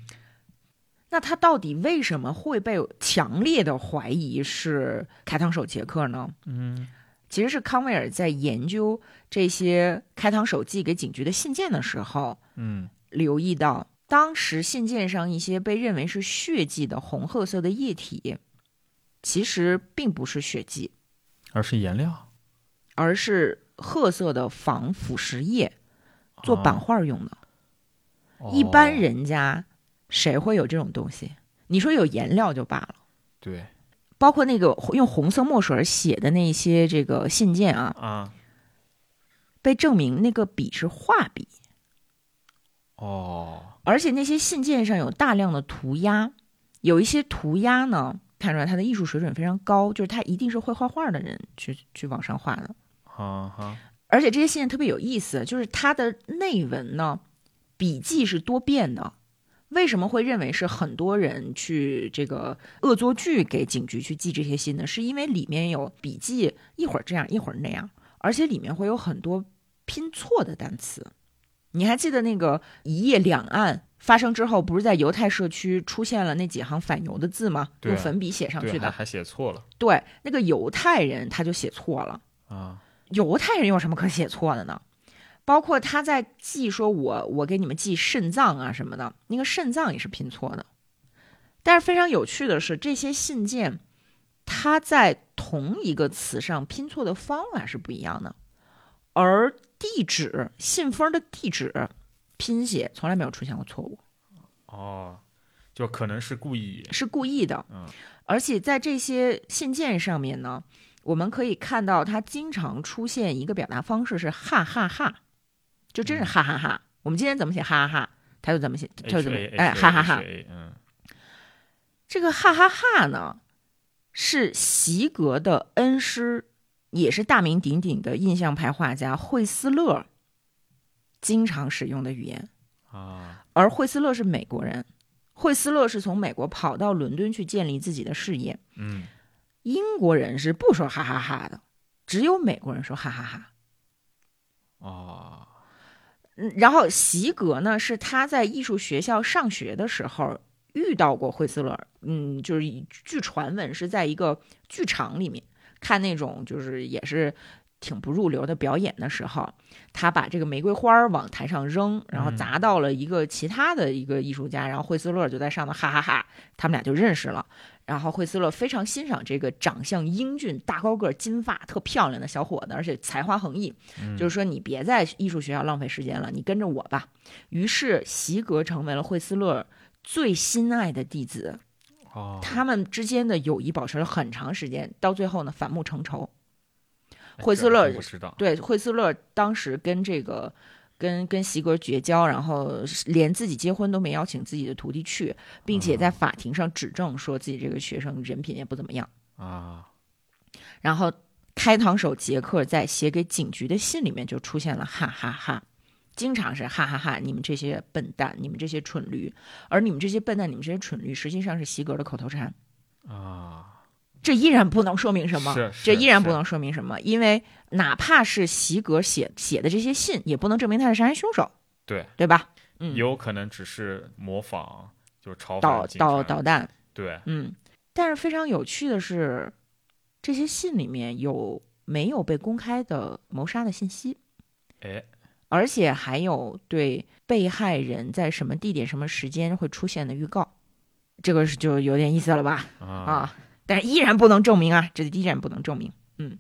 那他到底为什么会被强烈的怀疑是开膛手杰克呢？嗯，其实是康威尔在研究这些开膛手寄给警局的信件的时候，嗯，留意到当时信件上一些被认为是血迹的红褐色的液体，其实并不是血迹。而是颜料而是褐色的防腐蚀液，做版画用的。啊哦一般哦人家谁会有这种东西？你说有颜料就罢了，对包括那个用红色墨水写的那些这个信件啊，啊被证明那个笔是画笔，哦而且那些信件上有大量的涂鸦，有一些涂鸦呢，看出来他的艺术水准非常高，就是他一定是会画画的人去去往上画的。啊哈而且这些信件特别有意思，就是它的内文呢，笔记是多变的。为什么会认为是很多人去这个恶作剧给警局去寄这些信呢？是因为里面有笔记，一会儿这样，一会儿那样，而且里面会有很多拼错的单词。你还记得那个一夜两岸发生之后，不是在犹太社区出现了那几行反犹的字吗？对用粉笔写上去对还的。还写错了对，那个犹太人他就写错了。啊犹太人有什么可写错的呢？包括他在记说我我给你们记肾脏啊什么的，那个肾脏也是拼错的。但是非常有趣的是，这些信件它在同一个词上拼错的方法是不一样的，而地址、信封的地址拼写从来没有出现过错误，哦，就可能是故意是故意的。嗯而且在这些信件上面呢，我们可以看到它经常出现一个表达方式是哈哈哈，就真是嗯哈哈哈。我们今天怎么写哈哈哈，他就怎么写，他 H A，H 就怎么 A 哎哈哈哈。嗯，这个哈哈哈呢，是席格的恩师，也是大名鼎鼎的印象派画家惠斯勒经常使用的语言。啊，而惠斯勒是美国人，惠斯勒是从美国跑到伦敦去建立自己的事业。嗯，英国人是不说哈哈哈的，只有美国人说哈哈哈。哦，嗯，然后席格呢，是他在艺术学校上学的时候遇到过惠斯勒，嗯，就是以据传闻是在一个剧场里面看那种就是也是挺不入流的表演的时候，他把这个玫瑰花儿往台上扔，然后嗯砸到了一个其他的一个艺术家，然后惠斯勒就在上面哈哈哈他们俩就认识了。然后惠斯勒非常欣赏这个长相英俊、大高个儿、金发、特漂亮的小伙子，而且才华横溢，嗯就是说你别在艺术学校浪费时间了，你跟着我吧。于是席格成为了惠斯勒最心爱的弟子，哦，他们之间的友谊保持了很长时间，到最后呢反目成仇。哎惠斯这还勒真不知道，对，惠斯勒当时跟这个跟跟席格绝交，然后连自己结婚都没邀请自己的徒弟去，并嗯且在法庭上指证说自己这个学生人品也不怎么样。啊，然后开膛手杰克在写给警局的信里面就出现了哈哈哈经常是哈哈哈你们这些笨蛋，你们这些蠢驴，而你们这些笨蛋，你们这些蠢驴，实际上是席格的口头禅。啊，这依然不能说明什么是，这是依然是不能说明什么，因为哪怕是席格写写的这些信，也不能证明他是杀人凶手，对，对吧？嗯有可能只是模仿，就是嘲导讽警察导导弹，对，嗯。但是非常有趣的是，这些信里面有没有被公开的谋杀的信息，哎，而且还有对被害人在什么地点、什么时间会出现的预告，这个是就有点意思了吧？啊，啊，但是依然不能证明啊，这依然不能证明。嗯，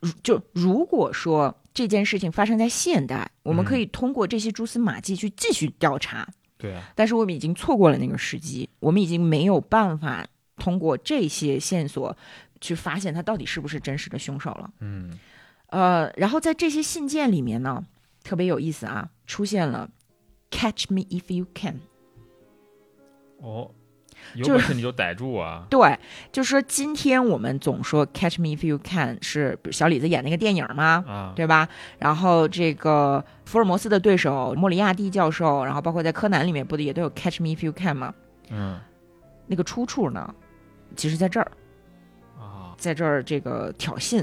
如就如果说这件事情发生在现代，我们嗯可以通过这些蛛丝马迹去继续调查，对啊，但是我们已经错过了那个时机，我们已经没有办法通过这些线索去发现他到底是不是真实的凶手了。嗯，呃，然后在这些信件里面呢，特别有意思啊，出现了 “catch me if you can”。哦，有就本事你就逮住我啊，对，就说今天我们总说《Catch Me If You Can》是比如小李子演那个电影嘛，啊，对吧？然后这个福尔摩斯的对手莫里亚蒂教授，然后包括在柯南里面不也都有《Catch Me If You Can》吗？嗯，那个出处呢，其实在这儿，啊，在这儿这个挑衅，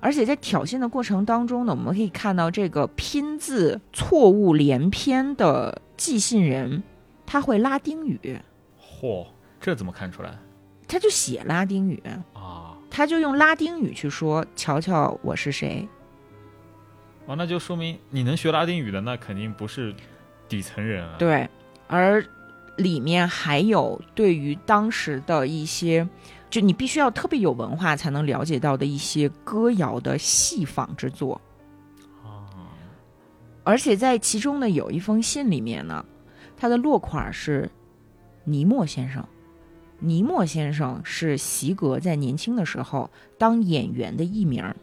而且在挑衅的过程当中呢，我们可以看到这个拼字错误连篇的寄信人，他会拉丁语，嚯，这怎么看出来他就写拉丁语。啊？他就用拉丁语去说：“瞧瞧我是谁。哦，那就说明你能学拉丁语的，那肯定不是底层人啊。”，对，而里面还有对于当时的一些，就你必须要特别有文化才能了解到的一些歌谣的戏仿之作。啊，而且在其中的有一封信里面呢，它的落款是尼莫先生。尼莫先生是席格在年轻的时候当演员的艺名儿。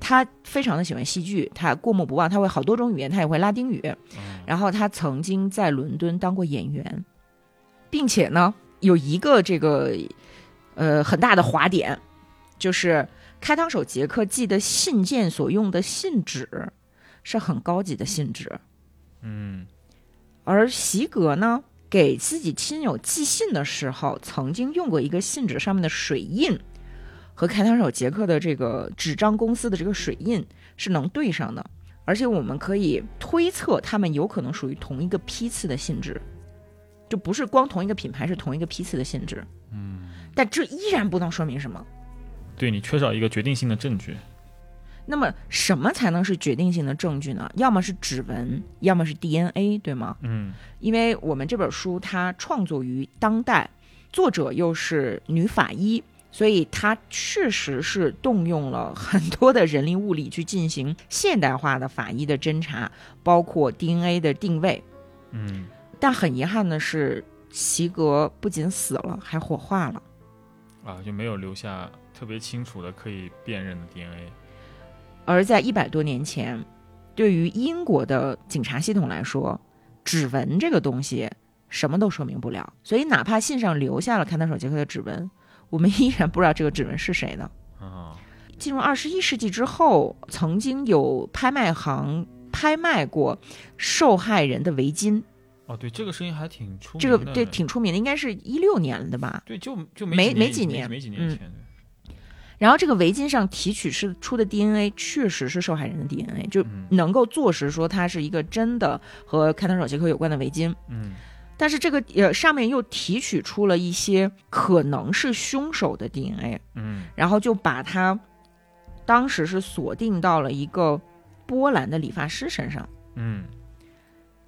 他非常的喜欢戏剧，他过目不忘，他会好多种语言，他也会拉丁语。嗯然后他曾经在伦敦当过演员，并且呢有一个这个呃很大的滑点，就是开膛手杰克寄的信件所用的信纸是很高级的信纸，嗯，而席格呢给自己亲友寄信的时候，曾经用过一个信纸上面的水印。和开膛手杰克的这个纸张公司的这个水印是能对上的，而且我们可以推测他们有可能属于同一个批次的性质，就不是光同一个品牌，是同一个批次的性质。嗯，但这依然不能说明什么。对你缺少一个决定性的证据。那么什么才能是决定性的证据呢？要么是指纹，要么是 DNA，对吗？嗯，因为我们这本书它创作于当代，作者又是女法医，所以它确实是动用了很多的人力物力去进行现代化的法医的侦查，包括 DNA 的定位。嗯，但很遗憾的是，席格不仅死了，还火化了。啊，就没有留下特别清楚的可以辨认的 DNA。而在一百多年前，对于英国的警察系统来说，指纹这个东西什么都说明不了。所以，哪怕信上留下了看堂手杰克的指纹，我们依然不知道这个指纹是谁的。啊，进入二十一世纪之后，曾经有拍卖行拍卖过受害人的围巾，哦，对，这个声音还挺出这个名的对挺出名的，应该是一六年的吧。对，就就没没没几年没几年嗯前。对然后这个围巾上提取是出的 DNA 确实是受害人的 DNA，就嗯能够坐实说它是一个真的和开膛手杰克有关的围巾。嗯但是这个呃上面又提取出了一些可能是凶手的 DNA，嗯然后就把它当时是锁定到了一个波兰的理发师身上，嗯，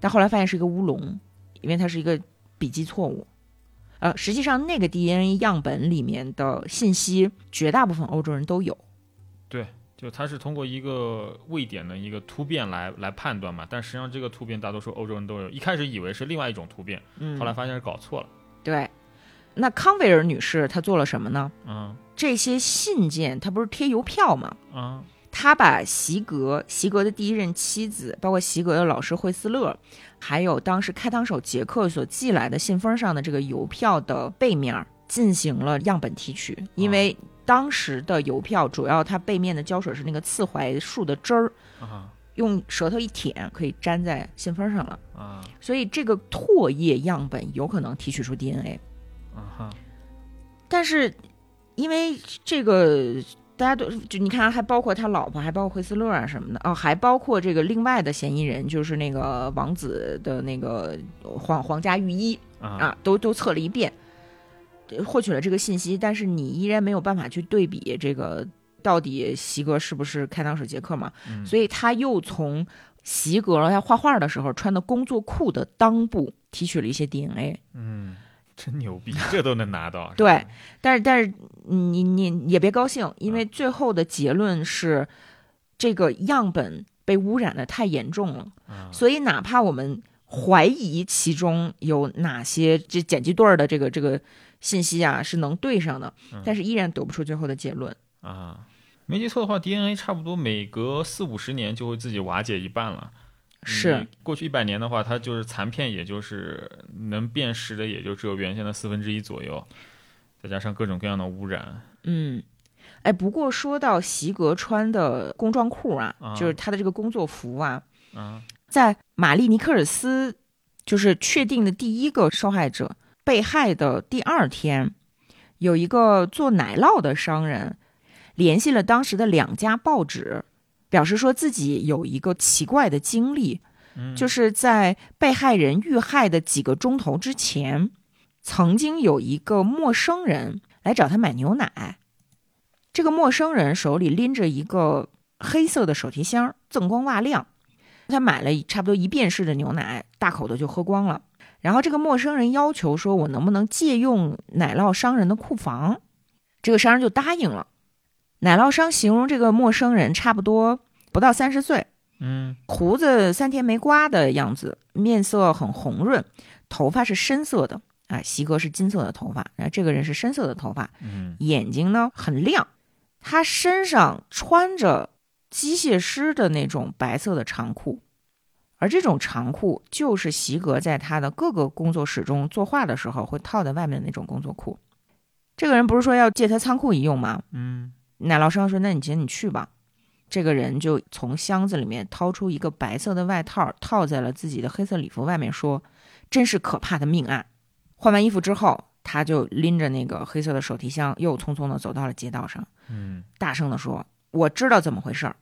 但后来发现是一个乌龙，因为它是一个笔记错误。呃，实际上那个 DNA 样本里面的信息，绝大部分欧洲人都有。就它是通过一个位点的一个突变来来判断嘛，但实际上这个突变大多数欧洲人都有，一开始以为是另外一种突变，嗯后来发现是搞错了。对，那康维尔女士她做了什么呢？嗯这些信件她不是贴邮票吗？嗯她把席格、席格的第一任妻子，包括席格的老师惠斯勒，还有当时开膛手杰克所寄来的信封上的这个邮票的背面儿进行了样本提取，因为当时的邮票主要它背面的胶水是那个刺槐树的汁儿，啊用舌头一舔可以粘在信封上了，啊所以这个唾液样本有可能提取出 DNA。啊哈但是因为这个，大家都就你看，啊还包括他老婆，还包括惠斯勒啊什么的哦，还包括这个另外的嫌疑人，就是那个王子的那个皇皇家御医啊啊，都都测了一遍，呃获取了这个信息，但是你依然没有办法去对比这个到底席格是不是开膛手杰克嘛，嗯所以他又从。席格他画画的时候穿的工作裤的裆部提取了一些 DNA，嗯，真牛逼， 这都能拿到。对是吧，但是但是你你也别高兴，嗯因为最后的结论是这个样本被污染的太严重了，啊所以哪怕我们怀疑其中有哪些这剪辑对儿的这个这个信息啊是能对上的嗯，但是依然得不出最后的结论。啊，没记错的话，DNA 差不多每隔四五十年就会自己瓦解一半了。是你过去一百年的话，它就是残片，也就是能辨识的，也就只有原先的四分之一左右，再加上各种各样的污染。嗯，哎，不过说到席格穿的工装裤啊，啊就是他的这个工作服啊，啊在玛丽尼克尔斯就是确定的第一个受害者被害的第二天，有一个做奶酪的商人联系了当时的两家报纸，表示说自己有一个奇怪的经历，嗯就是在被害人遇害的几个钟头之前，曾经有一个陌生人来找他买牛奶，这个陌生人手里拎着一个黑色的手提箱，锃光瓦亮。他买了差不多一便士的牛奶，大口的就喝光了。然后这个陌生人要求说：“我能不能借用奶酪商人的库房？”这个商人就答应了。奶酪商形容这个陌生人差不多不到三十岁，嗯胡子三天没刮的样子，面色很红润，头发是深色的，啊，席格是金色的头发，然后这个人是深色的头发，嗯眼睛呢很亮，他身上穿着机械师的那种白色的长裤，而这种长裤就是席格在他的各个工作室中作画的时候会套在外面的那种工作裤。这个人不是说要借他仓库一用吗？嗯奶酪商说：“那你行，你去吧。”这个人就从箱子里面掏出一个白色的外套，套在了自己的黑色礼服外面，说：“真是可怕的命案。”换完衣服之后，他就拎着那个黑色的手提箱，又匆匆的走到了街道上，嗯大声的说：“我知道怎么回事儿。”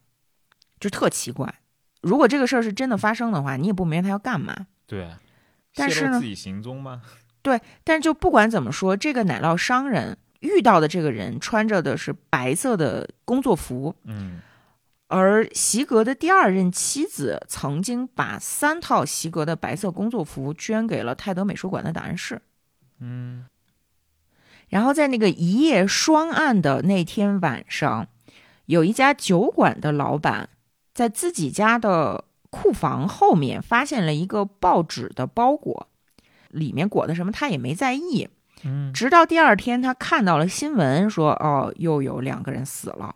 就特奇怪，如果这个事儿是真的发生的话，你也不明白他要干嘛。对。但泄是露呢自己行踪吗？但是就不管怎么说，这个奶酪商人遇到的这个人穿着的是白色的工作服，嗯而席格的第二任妻子曾经把三套席格的白色工作服捐给了泰德美术馆的档案室。嗯然后在那个一夜双案的那天晚上，有一家酒馆的老板在自己家的库房后面发现了一个报纸的包裹，里面裹的什么他也没在意。嗯直到第二天，他看到了新闻说，哦，又有两个人死了，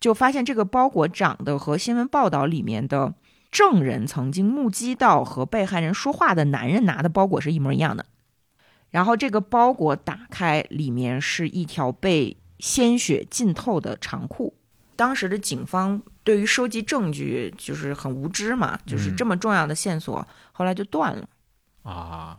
就发现这个包裹长得和新闻报道里面的证人曾经目击到和被害人说话的男人拿的包裹是一模一样的。然后这个包裹打开，里面是一条被鲜血浸透的长裤。当时的警方对于收集证据就是很无知嘛，就是嗯这么重要的线索，后来就断了。啊，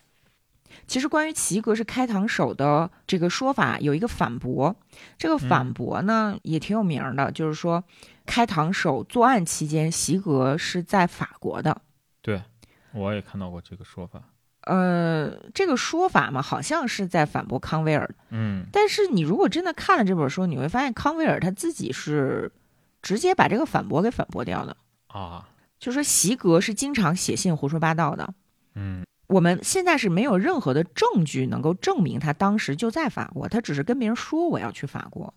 其实关于齐格是开膛手的这个说法有一个反驳，这个反驳呢、也挺有名儿的，就是说开膛手作案期间，席格是在法国的。我也看到过这个说法。呃，这个说法嘛，好像是在反驳康威尔，嗯但是你如果真的看了这本书，你会发现康威尔他自己是直接把这个反驳给反驳掉的，啊，就说席格是经常写信胡说八道的。嗯我们现在是没有任何的证据能够证明他当时就在法国，他只是跟别人说我要去法国。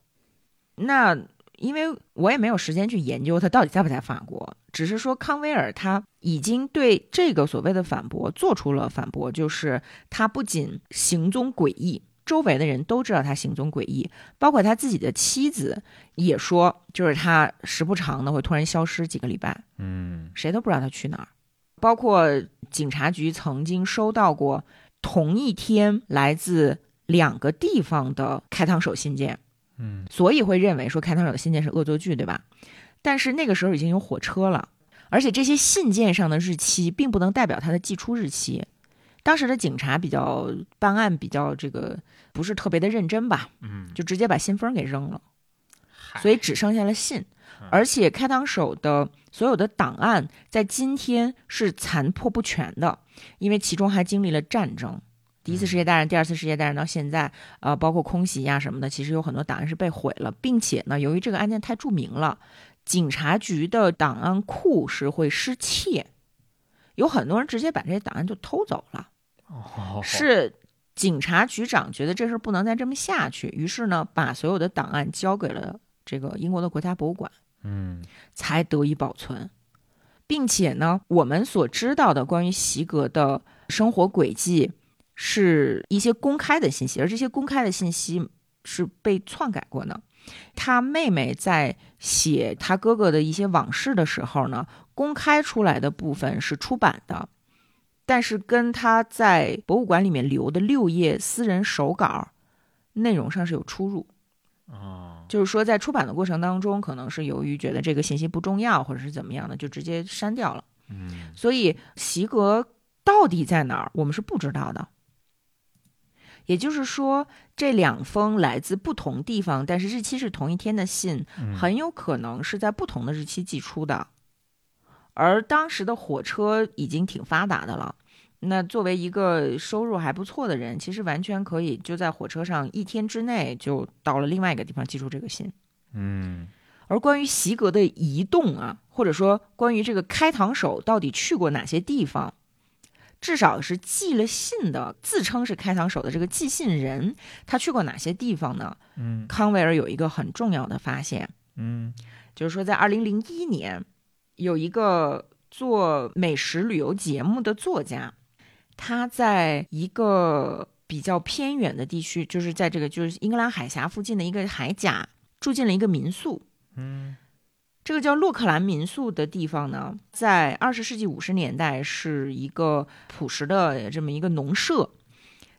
那因为我也没有时间去研究他到底在不在法国，只是说康威尔他已经对这个所谓的反驳做出了反驳，就是他不仅行踪诡异，周围的人都知道他行踪诡异，包括他自己的妻子也说，就是他时不常的会突然消失几个礼拜。嗯谁都不知道他去哪儿。包括警察局曾经收到过同一天来自两个地方的开膛手信件，嗯所以会认为说开膛手的信件是恶作剧，对吧？但是那个时候已经有火车了，而且这些信件上的日期并不能代表它的寄出日期。当时的警察比较办案比较这个不是特别的认真吧，嗯，就直接把信封给扔了。嗨所以只剩下了信嗯。而且开膛手的所有的档案在今天是残破不全的，因为其中还经历了战争，第一次世界大战、第二次世界大战到现在，呃，包括空袭呀、什么的，其实有很多档案是被毁了，并且呢，由于这个案件太著名了，警察局的档案库是会失窃，有很多人直接把这些档案就偷走了。哦是警察局长觉得这事儿不能再这么下去，于是呢，把所有的档案交给了这个英国的国家博物馆，嗯才得以保存，并且呢，我们所知道的关于席格的生活轨迹是一些公开的信息，而这些公开的信息是被篡改过的。他妹妹在写他哥哥的一些往事的时候呢，公开出来的部分是出版的，但是跟他在博物馆里面留的六页私人手稿内容上是有出入。啊就是说，在出版的过程当中，可能是由于觉得这个信息不重要，或者是怎么样的，就直接删掉了。嗯所以，席格到底在哪儿，我们是不知道的。也就是说，这两封来自不同地方，但是日期是同一天的信，嗯很有可能是在不同的日期寄出的。而当时的火车已经挺发达的了，那作为一个收入还不错的人，其实完全可以就在火车上一天之内就到了另外一个地方寄出这个信。嗯而关于席格的移动啊，或者说关于这个开膛手到底去过哪些地方，至少是寄了信的，自称是开膛手的这个寄信人，他去过哪些地方呢？嗯康维尔有一个很重要的发现，啊嗯就是说在二零零一年，有一个做美食旅游节目的作家，他在一个比较偏远的地区，就是在这个就是英格兰海峡附近的一个海甲，住进了一个民宿。嗯这个叫洛克兰民宿的地方呢，在二十世纪五十年代是一个朴实的这么一个农舍。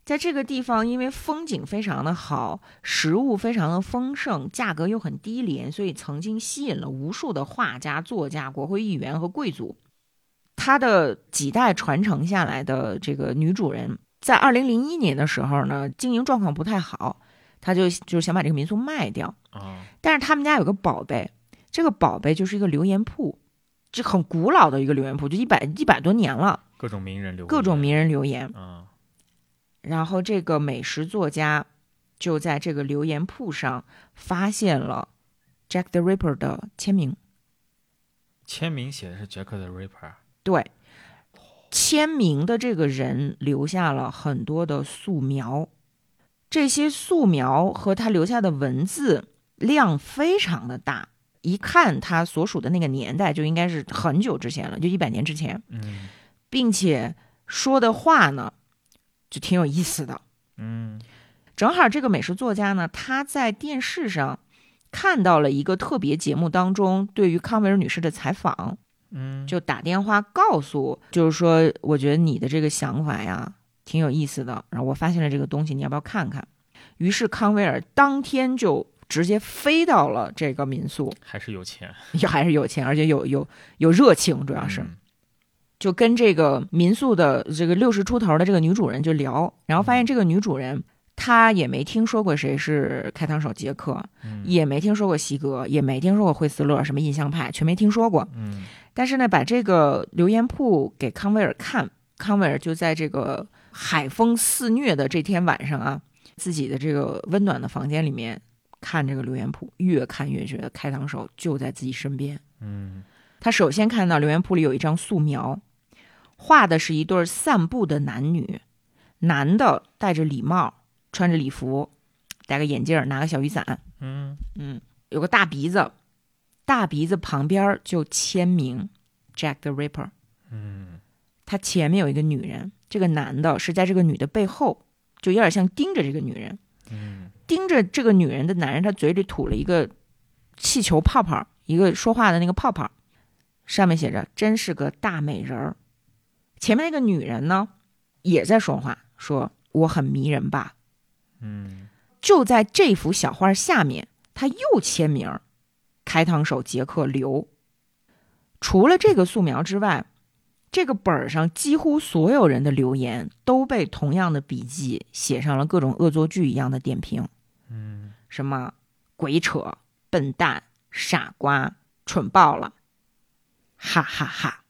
在这个地方，因为风景非常的好，食物非常的丰盛，价格又很低廉，所以曾经吸引了无数的画家、作家、国会议员和贵族。他的几代传承下来的这个女主人，在二零零一年的时候呢，经营状况不太好，他就就是想把这个民宿卖掉。啊但是他们家有个宝贝，这个宝贝就是一个留言铺，这很古老的一个留言铺，就一百一百多年了，各种名人留各种名人留言。啊然后这个美食作家就在这个留言铺上发现了 Jack the Ripper 的签名，签名写的是杰克的 Ripper 对，签名的这个人留下了很多的素描。这些素描和他留下的文字量非常的大，一看他所属的那个年代就应该是很久之前了，就一百年之前，嗯并且说的话呢，就挺有意思的。嗯正好这个美食作家呢，他在电视上看到了一个特别节目当中对于康维尔女士的采访，嗯，就打电话告诉，就是说，我觉得你的这个想法呀挺有意思的，然后我发现了这个东西，你要不要看看？于是康维尔当天就直接飞到了这个民宿， 还是有钱，也还是有钱，而且有有有热情，主主要是。就跟这个民宿的这个六十出头的这个女主人就聊，然后发现这个女主人她也没听说过谁是开膛手杰克，嗯也没听说过席格，也没听说过惠斯勒什么印象派，全没听说过。嗯但是呢，把这个留言簿给康威尔看，康威尔就在这个海风肆虐的这天晚上啊，自己的这个温暖的房间里面看这个留言簿，越看越觉得开膛手就在自己身边。嗯他首先看到留言铺里有一张素描，画的是一对散步的男女，男的戴着礼帽，穿着礼服，戴个眼镜儿，拿个小雨伞，嗯嗯，有个大鼻子，大鼻子旁边儿就签名 Jack the Ripper。嗯他前面有一个女人，这个男的是在这个女的背后，就有点像盯着这个女人，嗯盯着这个女人的男人，他嘴里吐了一个气球泡泡，一个说话的那个泡泡，上面写着“真是个大美人儿”。前面那个女人呢，也在说话，说我很迷人吧。嗯就在这幅小画下面，他又签名儿，开膛手杰克刘。除了这个素描之外，这个本儿上几乎所有人的留言都被同样的笔记写上了各种恶作剧一样的点评，嗯什么鬼扯、笨蛋、傻瓜、蠢爆了，哈哈哈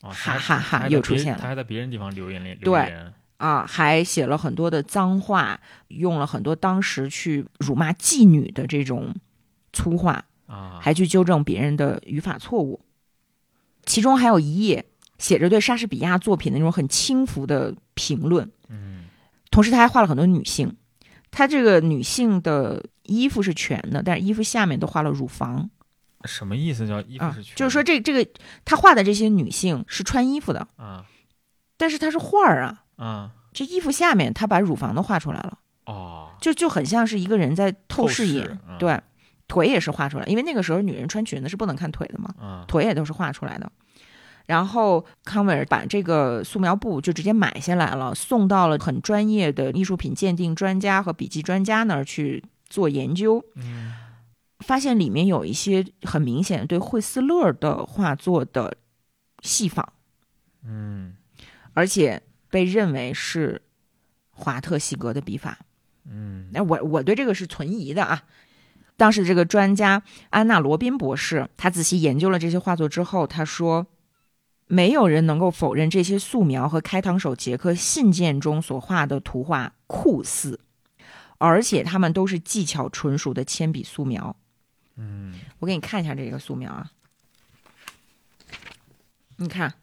哦，哈他哈他哈，还又在出别现了他。还在别人地方留言留对言，啊，还写了很多的脏话，用了很多当时去辱骂妓女的这种粗话，啊，还去纠正别人的语法错误。其中还有一页写着对莎士比亚作品的那种很轻浮的评论，嗯同时他还画了很多女性。他这个女性的衣服是全的，但是衣服下面都画了乳房什么意思叫衣服啊是，全就是说这这个他画的这些女性是穿衣服的，啊但是它是画儿啊，啊这衣服下面他把乳房都画出来了。哦，就就很像是一个人在透视眼，透视嗯对，腿也是画出来，因为那个时候女人穿裙子是不能看腿的嘛，啊腿也都是画出来的。然后康维尔把这个素描布就直接买下来了，送到了很专业的艺术品鉴定专家和笔记专家那儿去做研究，嗯发现里面有一些很明显对惠斯勒的画作的戏仿，嗯而且被认为是华特西格的笔法。嗯那我我对这个是存疑的啊。当时这个专家安娜·罗宾博士，他仔细研究了这些画作之后，他说，没有人能够否认这些素描和开膛手杰克信件中所画的图画酷似，而且他们都是技巧纯熟的铅笔素描。嗯，我给你看一下这个素描啊，你看，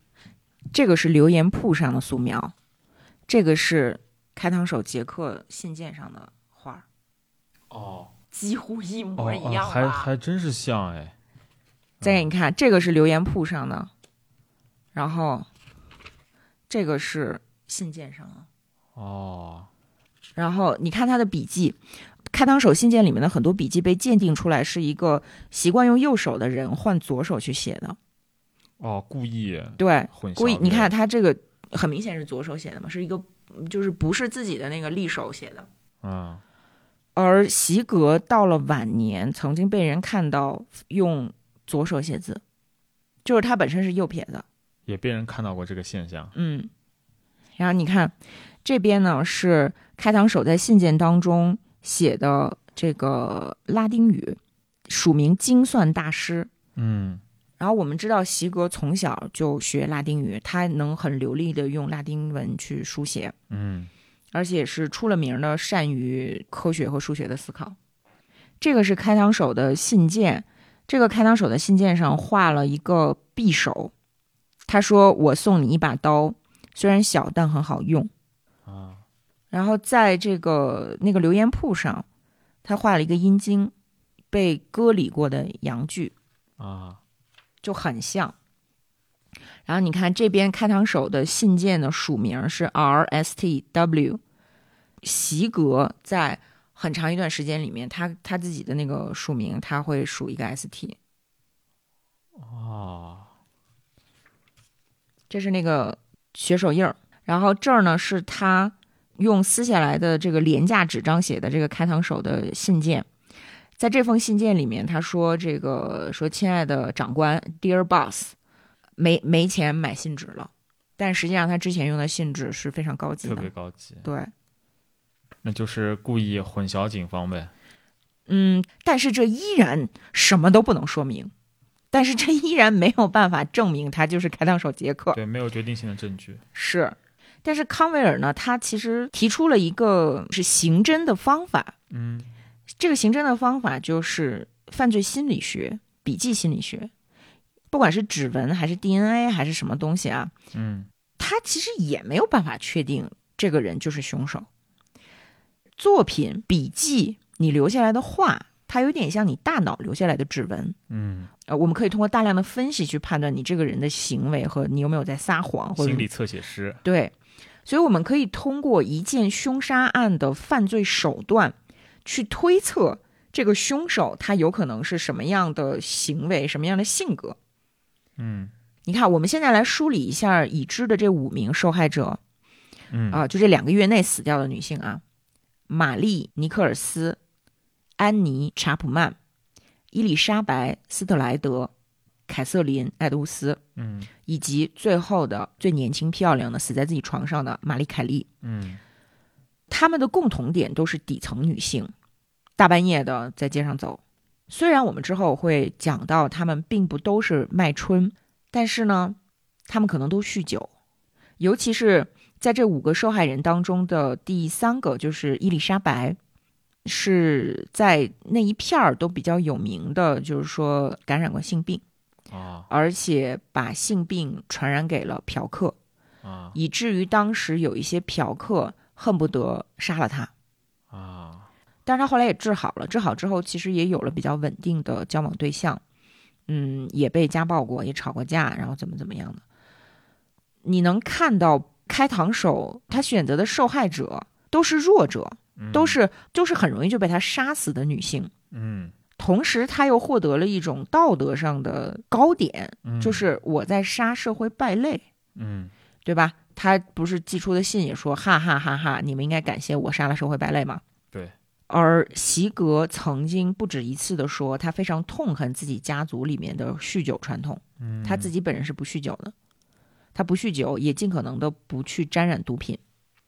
这个是留言簿上的素描，这个是开膛手杰克信件上的画儿。哦几乎一哦模一哦，样还吧。还真是像哎，再给你看，这个是留言簿上的，然后这个是信件上啊的，哦然后你看他的笔记。开膛手信件里面的很多笔记被鉴定出来是一个习惯用右手的人换左手去写的，哦，故意对，混淆故意的你看他这个很明显是左手写的嘛，是一个就是不是自己的那个利手写的，嗯而席格到了晚年，曾经被人看到用左手写字，就是他本身是右撇子。也被人看到过这个现象，嗯，然后你看这边呢是开膛手在信件当中写的这个拉丁语，署名精算大师。嗯然后我们知道席格从小就学拉丁语，他能很流利的用拉丁文去书写，嗯而且是出了名的善于科学和数学的思考。这个是开膛手的信件，这个开膛手的信件上画了一个匕首，他说：“我送你一把刀，虽然小但很好用。啊”。然后在这个那个留言簿上，他画了一个阴茎被割礼过的阳具，啊，就很像。然后你看这边开膛手的信件的署名是 R S T W，席格在很长一段时间里面，他他自己的那个署名他会署一个 S T，哦，这是那个血手印儿。然后这儿呢是他用撕下来的这个廉价纸张写的这个开膛手的信件，在这封信件里面，他说这个说亲爱的长官，Dear Boss，没没钱买信纸了，但实际上他之前用的信纸是非常高级特的，别高级，对。那就是故意混淆警方呗。嗯，但是这依然什么都不能说明，但是这依然没有办法证明他就是开膛手杰克。对，没有决定性的证据。是，但是康维尔呢，他其实提出了一个是刑侦的方法，嗯，这个刑侦的方法就是犯罪心理学、笔记心理学，不管是指纹还是 DNA 还是什么东西啊，嗯，他其实也没有办法确定这个人就是凶手。作品、笔记，你留下来的话，它有点像你大脑留下来的指纹。嗯，呃，我们可以通过大量的分析去判断你这个人的行为和你有没有在撒谎，或者心理侧写师，对，所以我们可以通过一件凶杀案的犯罪手段去推测这个凶手他有可能是什么样的行为、什么样的性格。嗯你看，我们现在来梳理一下已知的这五名受害者嗯啊、就这两个月内死掉的女性啊，玛丽·尼克尔斯、安妮·查普曼、伊丽莎白·斯特莱德、凯瑟琳·艾德乌斯，嗯以及最后的最年轻漂亮的死在自己床上的玛丽·凯莉。嗯他们的共同点都是底层女性，大半夜的在街上走。虽然我们之后会讲到他们并不都是卖春，但是呢，他们可能都酗酒，尤其是在这五个受害人当中的第三个就是伊丽莎白，是在那一片儿都比较有名的，就是说感染过性病，啊而且把性病传染给了嫖客。啊以至于当时有一些嫖客恨不得杀了他。啊，但是他后来也治好了，治好之后其实也有了比较稳定的交往对象，嗯，也被家暴过，也吵过架，然后怎么怎么样的。你能看到开膛手他选择的受害者都是弱者，嗯都是就是很容易就被他杀死的女性，嗯，同时他又获得了一种道德上的高点，嗯就是我在杀社会败类。嗯对吧？他不是寄出的信也说，哈哈哈哈，你们应该感谢我杀了社会败类吗？对。而席格曾经不止一次的说，他非常痛恨自己家族里面的酗酒传统。嗯，他自己本人是不酗酒的，他不酗酒，也尽可能的不去沾染毒品，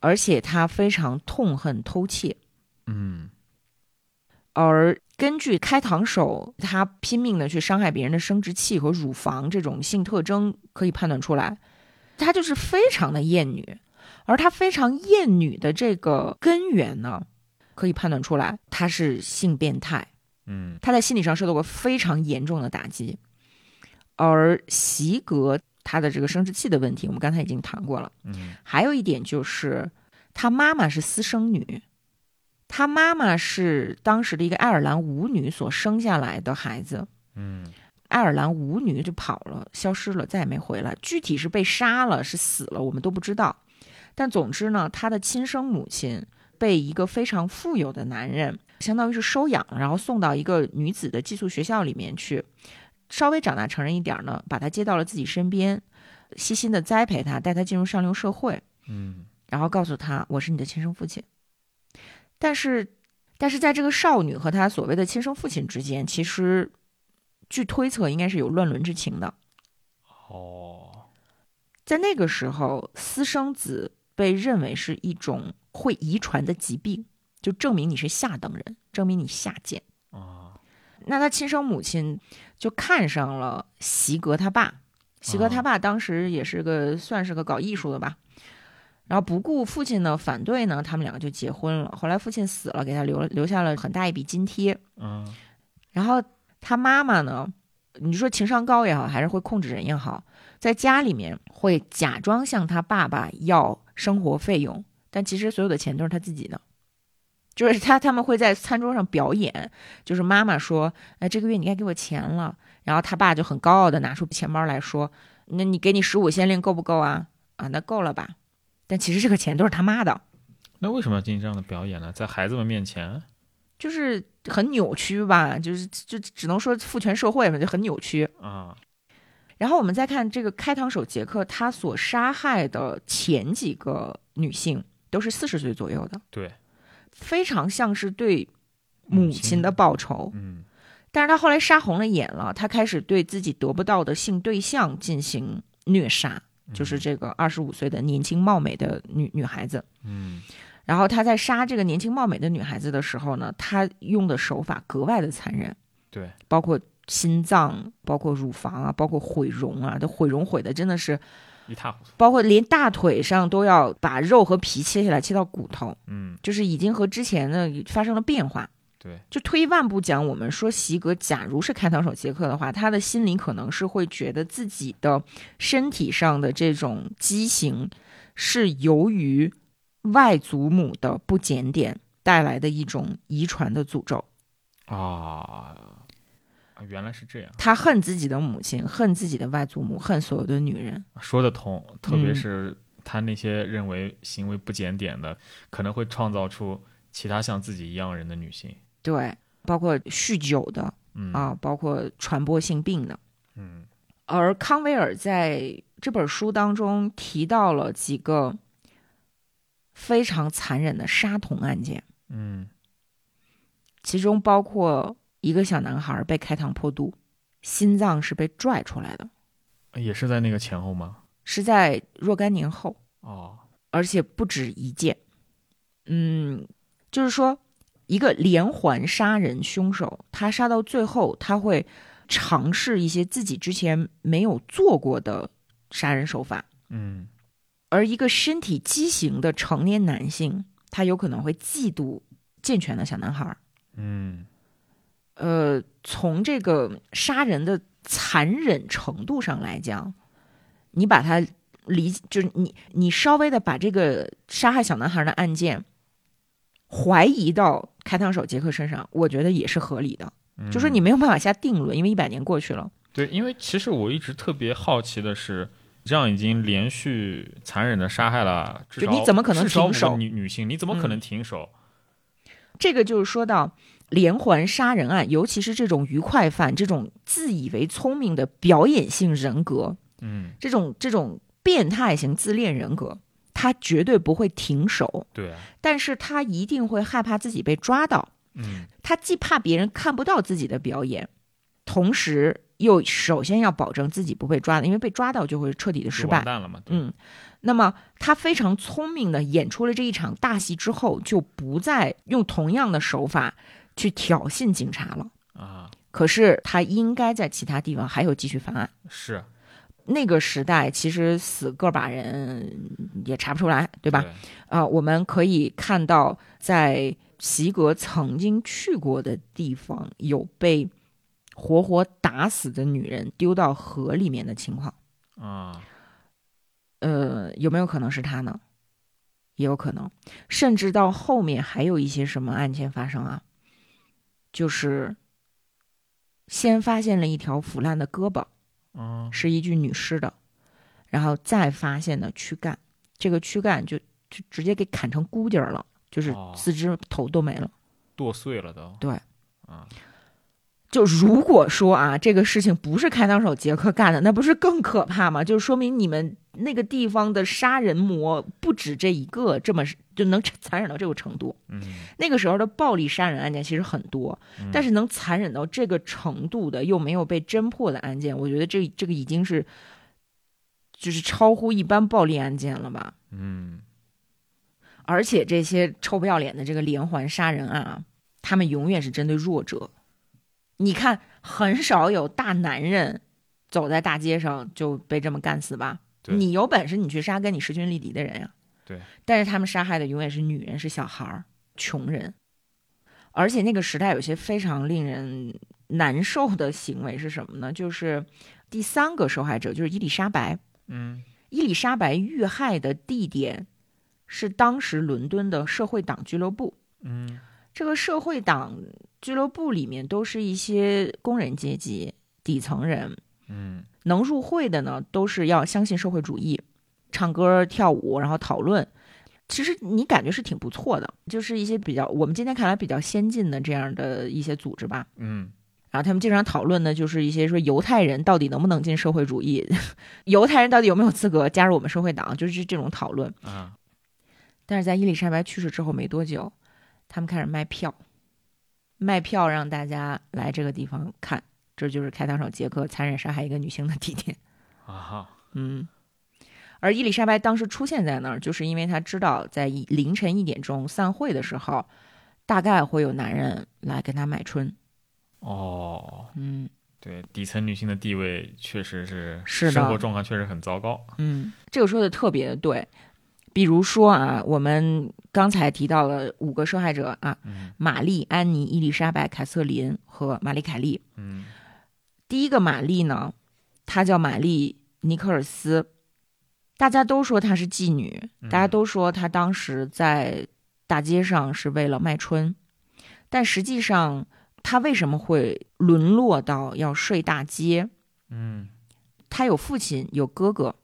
而且他非常痛恨偷窃。嗯而根据开膛手他拼命的去伤害别人的生殖器和乳房这种性特征，可以判断出来，他就是非常的厌女。而他非常厌女的这个根源呢，可以判断出来，他是性变态。嗯他在心理上受到过非常严重的打击。而席格他的这个生殖器的问题，我们刚才已经谈过了。嗯还有一点就是，她妈妈是私生女，她妈妈是当时的一个爱尔兰舞女所生下来的孩子。嗯爱尔兰舞女就跑了，消失了，再也没回来。具体是被杀了，是死了，我们都不知道。但总之呢，她的亲生母亲被一个非常富有的男人，相当于是收养，然后送到一个女子的寄宿学校里面去。稍微长大成人一点呢，把她接到了自己身边，细心的栽培她，带她进入上流社会。嗯然后告诉他我是你的亲生父亲。但是，但是在这个少女和她所谓的亲生父亲之间，其实据推测应该是有乱伦之情的。哦，在那个时候，私生子被认为是一种会遗传的疾病，就证明你是下等人，证明你下贱。啊那他亲生母亲就看上了席格他爸，席格他爸当时也是个算是个搞艺术的吧，然后不顾父亲的反对呢，他们两个就结婚了。后来父亲死了，给他留了留下了很大一笔津贴，嗯然后他妈妈呢，你说情商高也好，还是会控制人也好，在家里面会假装向他爸爸要生活费用，但其实所有的钱都是他自己的。就是他他们会在餐桌上表演，就是妈妈说：“哎，这个月你该给我钱了。”然后他爸就很高傲的拿出钱包来说：“那你给你十五先令够不够啊？啊，那够了吧？”但其实这个钱都是他妈的，那为什么要进行这样的表演呢？在孩子们面前，就是很扭曲吧，就是就只能说父权社会嘛，就很扭曲。啊，然后我们再看这个开膛手杰克，他所杀害的前几个女性都是四十岁左右的，对，非常像是对母亲的报仇。嗯，但是他后来杀红了眼了，他开始对自己得不到的性对象进行虐杀，嗯就是这个二十五岁的年轻貌美的女女孩子。嗯，然后他在杀这个年轻貌美的女孩子的时候呢，他用的手法格外的残忍，对，包括心脏、包括乳房啊，包括毁容啊，这毁容毁的真的是，一塌糊涂，包括连大腿上都要把肉和皮切下来，切到骨头，嗯，就是已经和之前的发生了变化。对，就退一万步讲，我们说席格假如是开膛手杰克的话，他的心里可能是会觉得自己的身体上的这种畸形是由于外祖母的不检点带来的一种遗传的诅咒。啊，原来是这样，他恨自己的母亲，恨自己的外祖母，恨所有的女人。说得通，特别嗯是他那些认为行为不检点的，可能会创造出其他像自己一样人的女性，对，包括酗酒的嗯，啊，包括传播性病的。嗯，而康威尔在这本书当中提到了几个非常残忍的杀童案件，嗯，其中包括一个小男孩被开膛破肚，心脏是被拽出来的，也是在那个前后吗？是在若干年后，哦，而且不止一件。嗯，就是说，一个连环杀人凶手，他杀到最后，他会尝试一些自己之前没有做过的杀人手法。嗯，而一个身体畸形的成年男性，他有可能会嫉妒健全的小男孩儿。嗯，呃，从这个杀人的残忍程度上来讲，你把它理，就是你你稍微的把这个杀害小男孩的案件怀疑到开膛手杰克身上，我觉得也是合理的。嗯就说你没有办法下定论，因为一百年过去了。对，因为其实我一直特别好奇的是，这样已经连续残忍的杀害了，至就少你怎么可能至少停手嗯五个女女性，你怎么可能停手？这个就是说到连环杀人案，尤其是这种愉快犯，这种自以为聪明的表演性人格，嗯，这种这种变态型自恋人格，他绝对不会停手，对啊，但是他一定会害怕自己被抓到，嗯他既怕别人看不到自己的表演，同时又首先要保证自己不被抓的，因为被抓到就会彻底的就失完败。蛋了嘛，对，嗯，那么他非常聪明的演出了这一场大戏之后，就不再用同样的手法去挑衅警察了。啊，可是他应该在其他地方还有继续犯案。是啊那个时代其实死个把人也查不出来，对对吧？？啊、我们可以看到，在席格曾经去过的地方，有被活活打死的女人丢到河里面的情况。啊，呃，有没有可能是他呢？也有可能，甚至到后面还有一些什么案件发生啊，就是先发现了一条腐烂的胳膊，嗯，是一具女尸的，然后再发现的躯干，这个躯干就就直接给砍成骨节儿了，就是哦四肢头都没了。剁碎了都，对，啊，就如果说啊，这个事情不是开膛手杰克干的，那不是更可怕吗？就是说明你们那个地方的杀人魔不止这一个，这么就能残忍到这个程度。嗯，那个时候的暴力杀人啊案件其实很多，嗯但是能残忍到这个程度的又没有被侦破的案件，我觉得这这个已经是就是超乎一般暴力案件了吧。嗯，而且这些臭不要脸的这个连环杀人案啊，他们永远是针对弱者。你看，很少有大男人走在大街上就被这么干死吧？对你有本事你去杀跟你势均力敌的人呀、对。但是他们杀害的永远是女人、是小孩儿、穷人。而且那个时代有些非常令人难受的行为是什么呢？就是第三个受害者就是伊丽莎白，嗯，伊丽莎白遇害的地点是当时伦敦的社会党俱乐部。嗯这个社会党俱乐部里面都是一些工人阶级、底层人，嗯能入会的呢，都是要相信社会主义，唱歌、跳舞，然后讨论。其实你感觉是挺不错的，就是一些比较我们今天看来比较先进的这样的一些组织吧。嗯然后他们经常讨论的就是一些说犹太人到底能不能进社会主义， 犹太人到底有没有资格加入我们社会党，就是这种讨论。啊，但是在伊丽莎白去世之后没多久，他们开始卖票，卖票让大家来这个地方看，这就是开膛手杰克残忍杀害一个女性的地点。啊哈，嗯，而伊丽莎白当时出现在那儿，就是因为她知道在一凌晨一点钟散会的时候，大概会有男人来跟她买春。哦，嗯对，底层女性的地位确实是，是的生活状况确实很糟糕。嗯，这个说的特别对。比如说啊，我们刚才提到了五个受害者啊，嗯玛丽、安妮、伊丽莎白、凯瑟琳和玛丽凯莉。嗯第一个玛丽呢，她叫玛丽尼克尔斯，大家都说她是妓女，嗯大家都说她当时在大街上是为了卖春，但实际上她为什么会沦落到要睡大街？嗯她有父亲，有哥哥，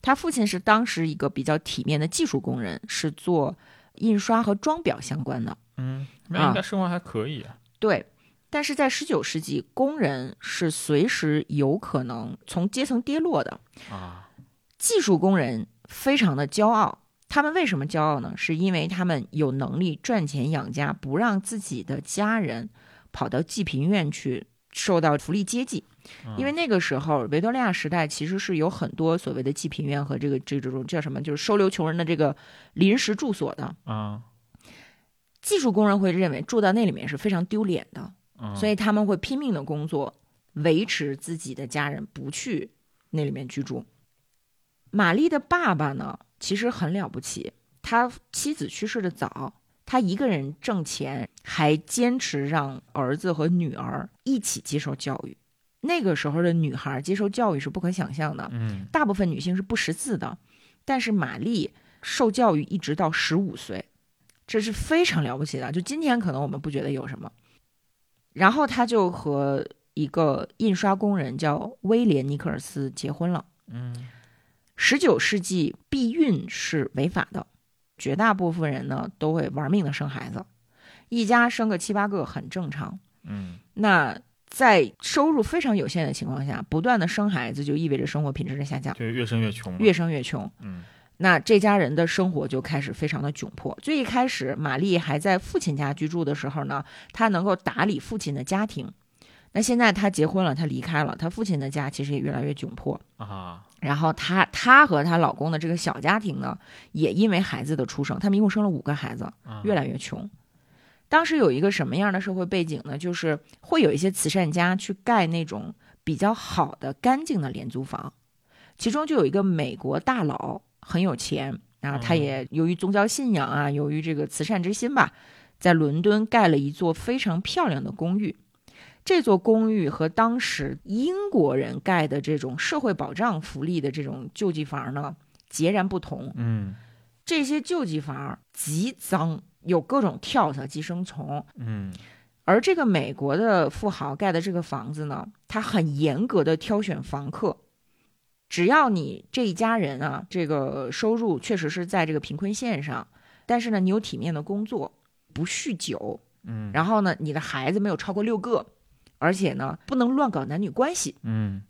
她父亲是当时一个比较体面的技术工人，是做印刷和装裱相关的。嗯，那应该生活还可以啊。对，但是在十九世纪，工人是随时有可能从阶层跌落的。啊，技术工人非常的骄傲，他们为什么骄傲呢？是因为他们有能力赚钱养家，不让自己的家人跑到济贫院去受到福利接济。嗯因为那个时候维多利亚时代其实是有很多所谓的济贫院和这个这这种叫什么，就是收留穷人的这个临时住所的。啊，技术工人会认为住到那里面是非常丢脸的，嗯所以他们会拼命的工作，维持自己的家人不去那里面居住。玛丽的爸爸呢，其实很了不起，他妻子去世的早，他一个人挣钱，还坚持让儿子和女儿一起接受教育。那个时候的女孩接受教育是不可想象的，嗯大部分女性是不识字的，但是玛丽受教育一直到十五岁，这是非常了不起的。就今天可能我们不觉得有什么，然后她就和一个印刷工人叫威廉尼克尔斯结婚了。嗯十九世纪避孕是违法的，绝大部分人呢都会玩命的生孩子，一家生个七八个很正常。嗯那在收入非常有限的情况下，不断的生孩子就意味着生活品质的下降，就越生越穷嘛。越生越穷。嗯那这家人的生活就开始非常的窘迫。最一开始，玛丽还在父亲家居住的时候呢，她能够打理父亲的家庭。那现在她结婚了，她离开了，她父亲的家其实也越来越窘迫。啊，然后她她和她老公的这个小家庭呢，也因为孩子的出生，他们一共生了五个孩子，啊越来越穷。当时有一个什么样的社会背景呢？就是会有一些慈善家去盖那种比较好的、干净的廉租房，其中就有一个美国大佬很有钱，然后他嗯也由于宗教信仰啊，由于这个慈善之心吧，在伦敦盖了一座非常漂亮的公寓。这座公寓和当时英国人盖的这种社会保障福利的这种救济房呢，截然不同。嗯这些救济房极脏，有各种跳蚤、寄生虫。嗯而这个美国的富豪盖的这个房子呢，他很严格的挑选房客，只要你这一家人啊，这个收入确实是在这个贫困线上，但是呢，你有体面的工作，不酗酒，嗯，然后呢，你的孩子没有超过六个，而且呢，不能乱搞男女关系，嗯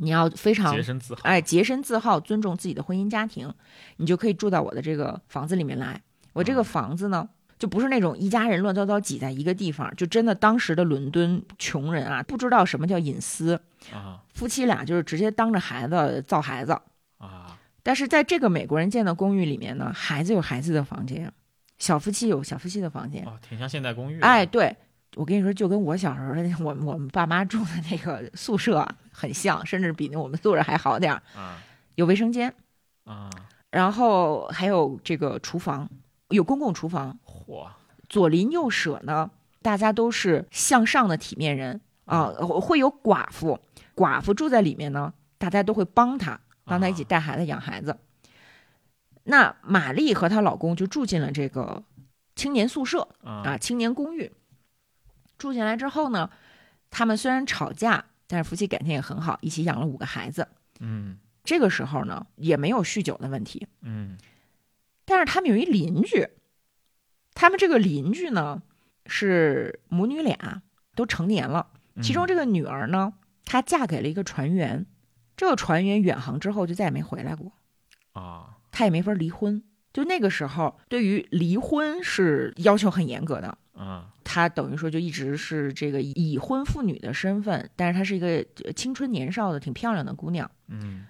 你要非常洁身自好。哎，洁身自好，尊重自己的婚姻家庭，你就可以住到我的这个房子里面来。我这个房子呢，就不是那种一家人乱糟糟挤在一个地方，就真的当时的伦敦穷人啊，不知道什么叫隐私，啊夫妻俩就是直接当着孩子造孩子。啊但是在这个美国人建的公寓里面呢，孩子有孩子的房间，小夫妻有小夫妻的房间。哦，啊挺像现代公寓的。哎，对，我跟你说，就跟我小时候的那我们我们爸妈住的那个宿舍很像，甚至比那我们宿舍还好点儿，啊有卫生间。啊，然后还有这个厨房，有公共厨房，嚯，左邻右舍呢，大家都是向上的体面人啊，会有寡妇，啊寡妇住在里面呢，大家都会帮她，帮她一起带孩子、养孩子。那玛丽和她老公就住进了这个青年宿舍啊，啊，青年公寓。住进来之后呢，他们虽然吵架，但是夫妻感情也很好，一起养了五个孩子。嗯这个时候呢，也没有酗酒的问题。嗯但是他们有一邻居，他们这个邻居呢是母女俩都成年了，嗯，其中这个女儿呢，她嫁给了一个船员，这个船员远航之后就再也没回来过。啊，他也没法离婚。就那个时候，对于离婚是要求很严格的。嗯他等于说就一直是这个已婚妇女的身份，但是她是一个呃青春年少的、挺漂亮的姑娘。嗯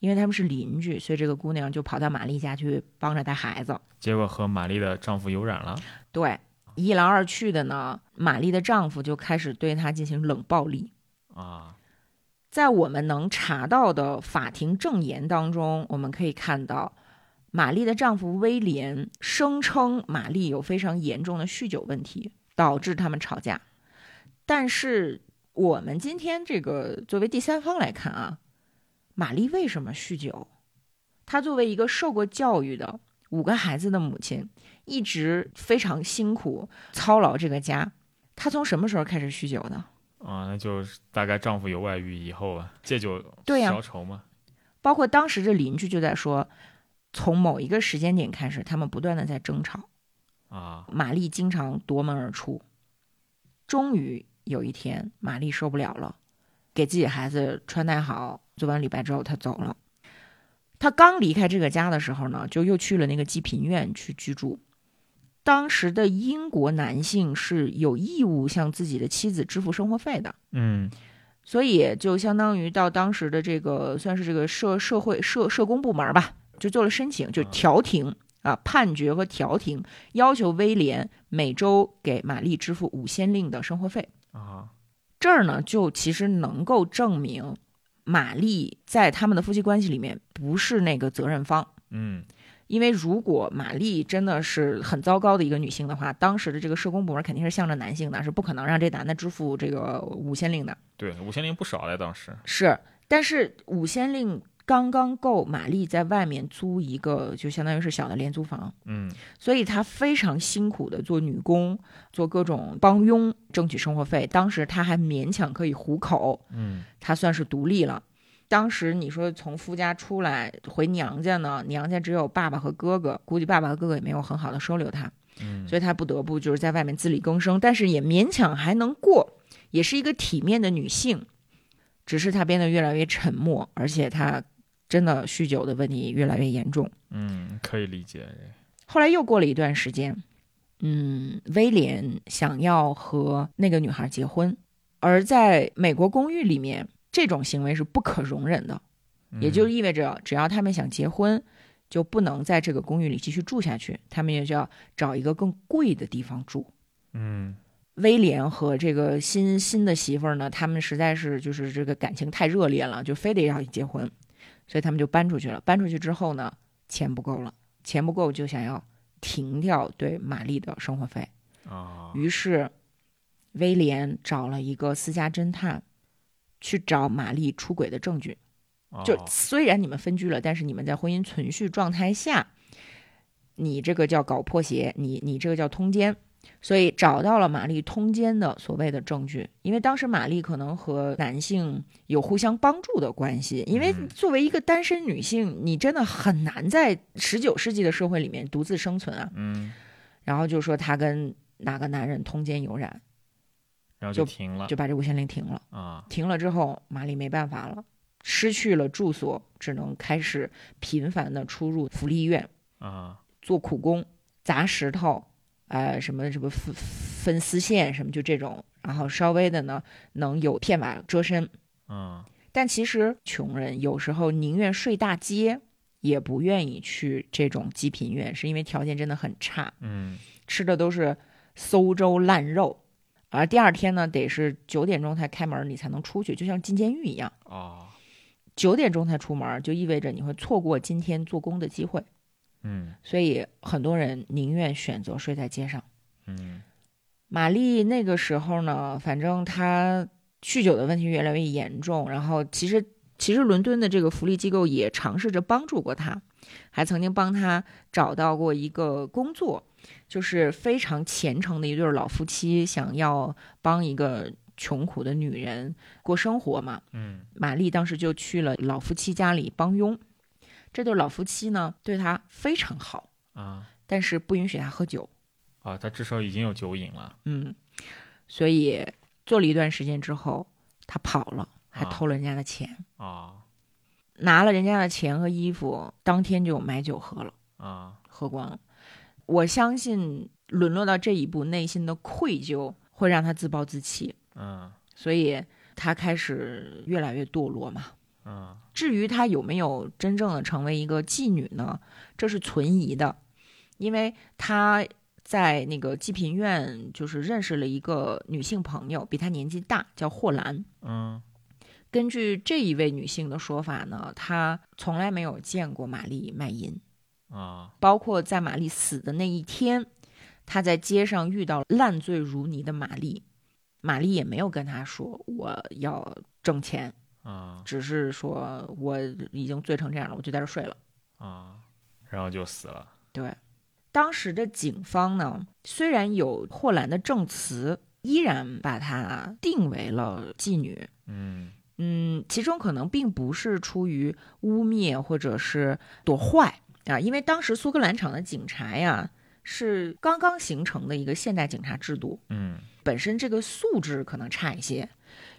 因为他们是邻居，所以这个姑娘就跑到玛丽家去帮着带孩子。结果和玛丽的丈夫有染了，对，一来二去的呢，玛丽的丈夫就开始对她进行冷暴力。啊，在我们能查到的法庭证言当中，我们可以看到，玛丽的丈夫威廉声称玛丽有非常严重的酗酒问题，导致他们吵架。但是我们今天这个作为第三方来看啊，玛丽为什么酗酒？她作为一个受过教育的五个孩子的母亲，一直非常辛苦操劳这个家。她从什么时候开始酗酒的？啊，那就是大概丈夫有外遇以后啊，借酒对呀消愁嘛。包括当时这邻居就在说，从某一个时间点开始，他们不断的在争吵，啊，玛丽经常夺门而出。终于有一天，玛丽受不了了，给自己孩子穿戴好，做完礼拜之后，她走了。她刚离开这个家的时候呢，就又去了那个济贫院去居住。当时的英国男性是有义务向自己的妻子支付生活费的，嗯所以就相当于到当时的这个算是这个社社会社社工部门儿吧，就做了申请，就啊调停啊判决和调停，要求威廉每周给玛丽支付五先令的生活费。啊，这儿呢，就其实能够证明玛丽在他们的夫妻关系里面不是那个责任方。嗯因为如果玛丽真的是很糟糕的一个女性的话，当时的这个社工部门肯定是向着男性的，是不可能让这男的支付这个五先令的。对，五千零不少嘞，当时。是，但是五仙令刚刚够玛丽在外面租一个，就相当于是小的廉租房，嗯所以她非常辛苦的做女工，做各种帮佣，争取生活费。当时她还勉强可以糊口，嗯她算是独立了。当时你说从夫家出来回娘家呢，娘家只有爸爸和哥哥，估计爸爸和哥哥也没有很好的收留她，嗯所以她不得不就是在外面自力更生，但是也勉强还能过，也是一个体面的女性。只是她变得越来越沉默，而且她真的酗酒的问题越来越严重。嗯，可以理解。后来又过了一段时间，嗯，威廉想要和那个女孩结婚，而在美国公寓里面，这种行为是不可容忍的，也嗯就意味着只要他们想结婚。就不能在这个公寓里继续住下去，他们也就要找一个更贵的地方住。嗯威廉和这个新新的媳妇儿呢，他们实在是就是这个感情太热烈了，就非得要结婚，所以他们就搬出去了。搬出去之后呢，钱不够了，钱不够就想要停掉对玛丽的生活费，啊于是威廉找了一个私家侦探去找玛丽出轨的证据。啊就虽然你们分居了，但是你们在婚姻存续状态下，你这个叫搞破鞋，你你这个叫通奸，所以找到了玛丽通奸的所谓的证据。因为当时玛丽可能和男性有互相帮助的关系，因为嗯作为一个单身女性，你真的很难在十九世纪的社会里面独自生存啊。嗯，然后就说她跟哪个男人通奸有染，然后就就停了就把这五限令停了。啊停了之后，玛丽没办法了，失去了住所，只能开始频繁的出入福利院啊做苦工，砸石头，呃，什么什么分分丝线什么就这种，然后稍微的呢能有片瓦遮身。啊但其实穷人有时候宁愿睡大街，也不愿意去这种济贫院，是因为条件真的很差。嗯吃的都是馊粥烂肉，而第二天呢，得是九点钟才开门，你才能出去，就像进监狱一样。啊九点钟才出门，就意味着你会错过今天做工的机会，嗯所以很多人宁愿选择睡在街上。嗯玛丽那个时候呢，反正她酗酒的问题越来越严重，然后其实其实伦敦的这个福利机构也尝试着帮助过她，还曾经帮他找到过一个工作，就是非常虔诚的一对老夫妻，想要帮一个穷苦的女人过生活嘛。嗯玛丽当时就去了老夫妻家里帮佣，这对老夫妻呢对她非常好，啊但是不允许她喝酒。啊，他至少已经有酒瘾了，嗯，所以做了一段时间之后，她跑了，还啊偷了人家的钱，啊拿了人家的钱和衣服，当天就买酒喝了，啊喝光了。我相信沦落到这一步，内心的愧疚会让她自暴自弃，嗯所以她开始越来越堕落嘛。嗯至于她有没有真正的成为一个妓女呢？这是存疑的，因为她在那个济贫院就是认识了一个女性朋友，比她年纪大，叫霍兰。嗯根据这一位女性的说法呢，她从来没有见过玛丽卖淫，啊包括在玛丽死的那一天，她在街上遇到烂醉如泥的玛丽，玛丽也没有跟她说我要挣钱，啊只是说我已经醉成这样了，我就在这儿睡了。啊，然后就死了。对，当时的警方呢，虽然有霍兰的证词，依然把她定为了妓女。嗯嗯，其中可能并不是出于污蔑或者是躲坏啊，因为当时苏格兰场的警察呀是刚刚形成的一个现代警察制度，嗯本身这个素质可能差一些，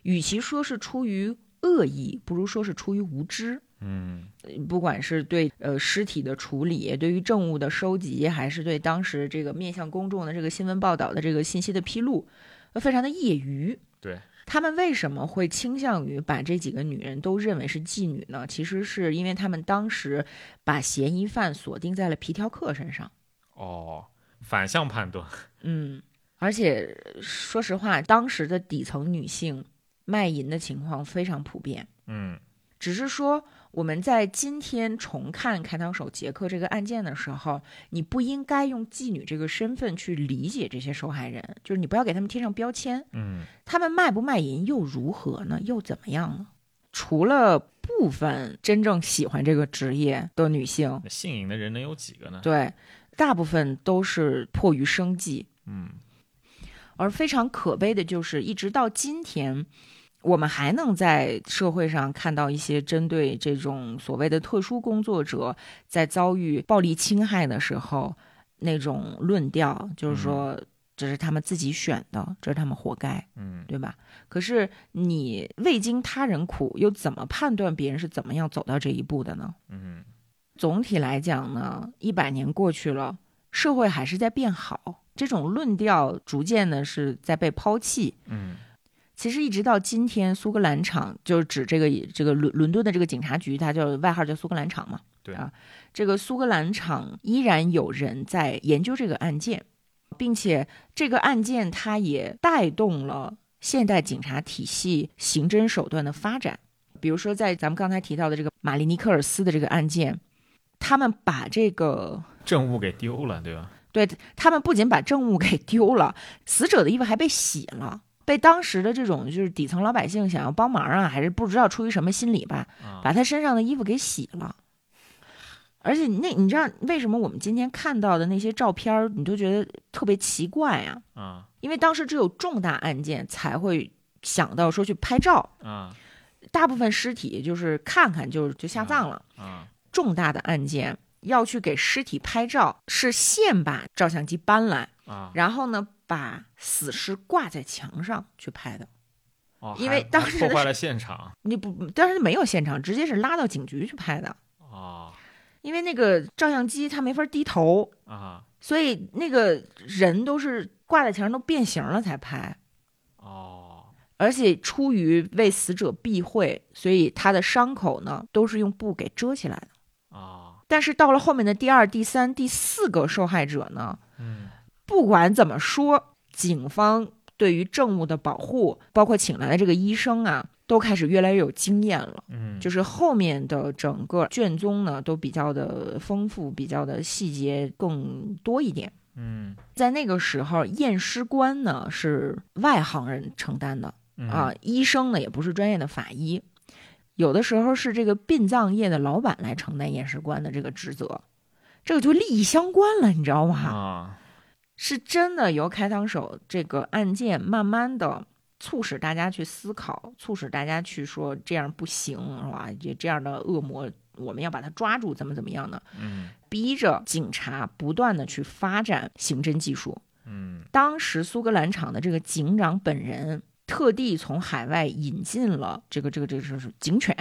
与其说是出于恶意，不如说是出于无知。嗯不管是对呃尸体的处理，对于证物的收集，还是对当时这个面向公众的这个新闻报道的这个信息的披露，呃非常的业余。对，他们为什么会倾向于把这几个女人都认为是妓女呢？其实是因为他们当时把嫌疑犯锁定在了皮条客身上。哦，反向判断。嗯，而且呃说实话，当时的底层女性卖淫的情况非常普遍。嗯只是说我们在今天重看开膛手杰克这个案件的时候，你不应该用妓女这个身份去理解这些受害人，就是你不要给他们贴上标签，嗯他们卖不卖淫又如何呢？又怎么样呢？除了部分真正喜欢这个职业的女性，那性瘾的人能有几个呢？对，大部分都是迫于生计，嗯而非常可悲的就是，一直到今天，我们还能在社会上看到一些针对这种所谓的特殊工作者在遭遇暴力侵害的时候那种论调，就是说这是他们自己选的，这是他们活该，嗯对吧？可是你未经他人苦，又怎么判断别人是怎么样走到这一步的呢？嗯总体来讲呢，一百年过去了，社会还是在变好，这种论调逐渐的是在被抛弃。嗯其实一直到今天，苏格兰场就是指这个这个伦伦敦的这个警察局，它叫外号叫苏格兰场嘛。对啊，这个苏格兰场依然有人在研究这个案件，并且这个案件它也带动了现代警察体系刑侦手段的发展。比如说，在咱们刚才提到的这个玛丽尼克尔斯的这个案件，他们把这个证物给丢了，对吧？对他们不仅把证物给丢了，死者的衣服还被洗了，被当时的这种就是底层老百姓想要帮忙啊，还是不知道出于什么心理吧，啊把他身上的衣服给洗了。而且那你知道为什么我们今天看到的那些照片儿，你都觉得特别奇怪啊？啊因为当时只有重大案件才会想到说去拍照，啊大部分尸体就是看看就就下葬了。啊！重大的案件要去给尸体拍照，是现把照相机搬来。啊然后呢，把死尸挂在墙上去拍的。哦，因为还当还时破的坏是了现场你不，当时没有现场，直接是拉到警局去拍的，啊因为那个照相机它没法低头，啊所以那个人都是挂在墙上都变形了才拍。哦而且出于为死者避讳，所以他的伤口呢都是用布给遮起来的。啊但是到了后面的第二、第三、第四个受害者呢，嗯不管怎么说，警方对于证物的保护，包括请来的这个医生啊，都开始越来越有经验了。嗯，就是后面的整个卷宗呢，都比较的丰富，比较的细节更多一点。嗯在那个时候，验尸官呢是外行人承担的嗯啊啊，医生呢也不是专业的法医。有的时候是这个殡葬业的老板来承担验尸官的这个职责，这个就利益相关了，你知道吗？啊，是真的由开膛手这个案件慢慢的促使大家去思考，促使大家去说这样不行，哇，也这样的恶魔，我们要把他抓住，怎么怎么样呢？嗯逼着警察不断的去发展刑侦技术。嗯当时苏格兰场的这个警长本人特地从海外引进了这个这个这个是警犬，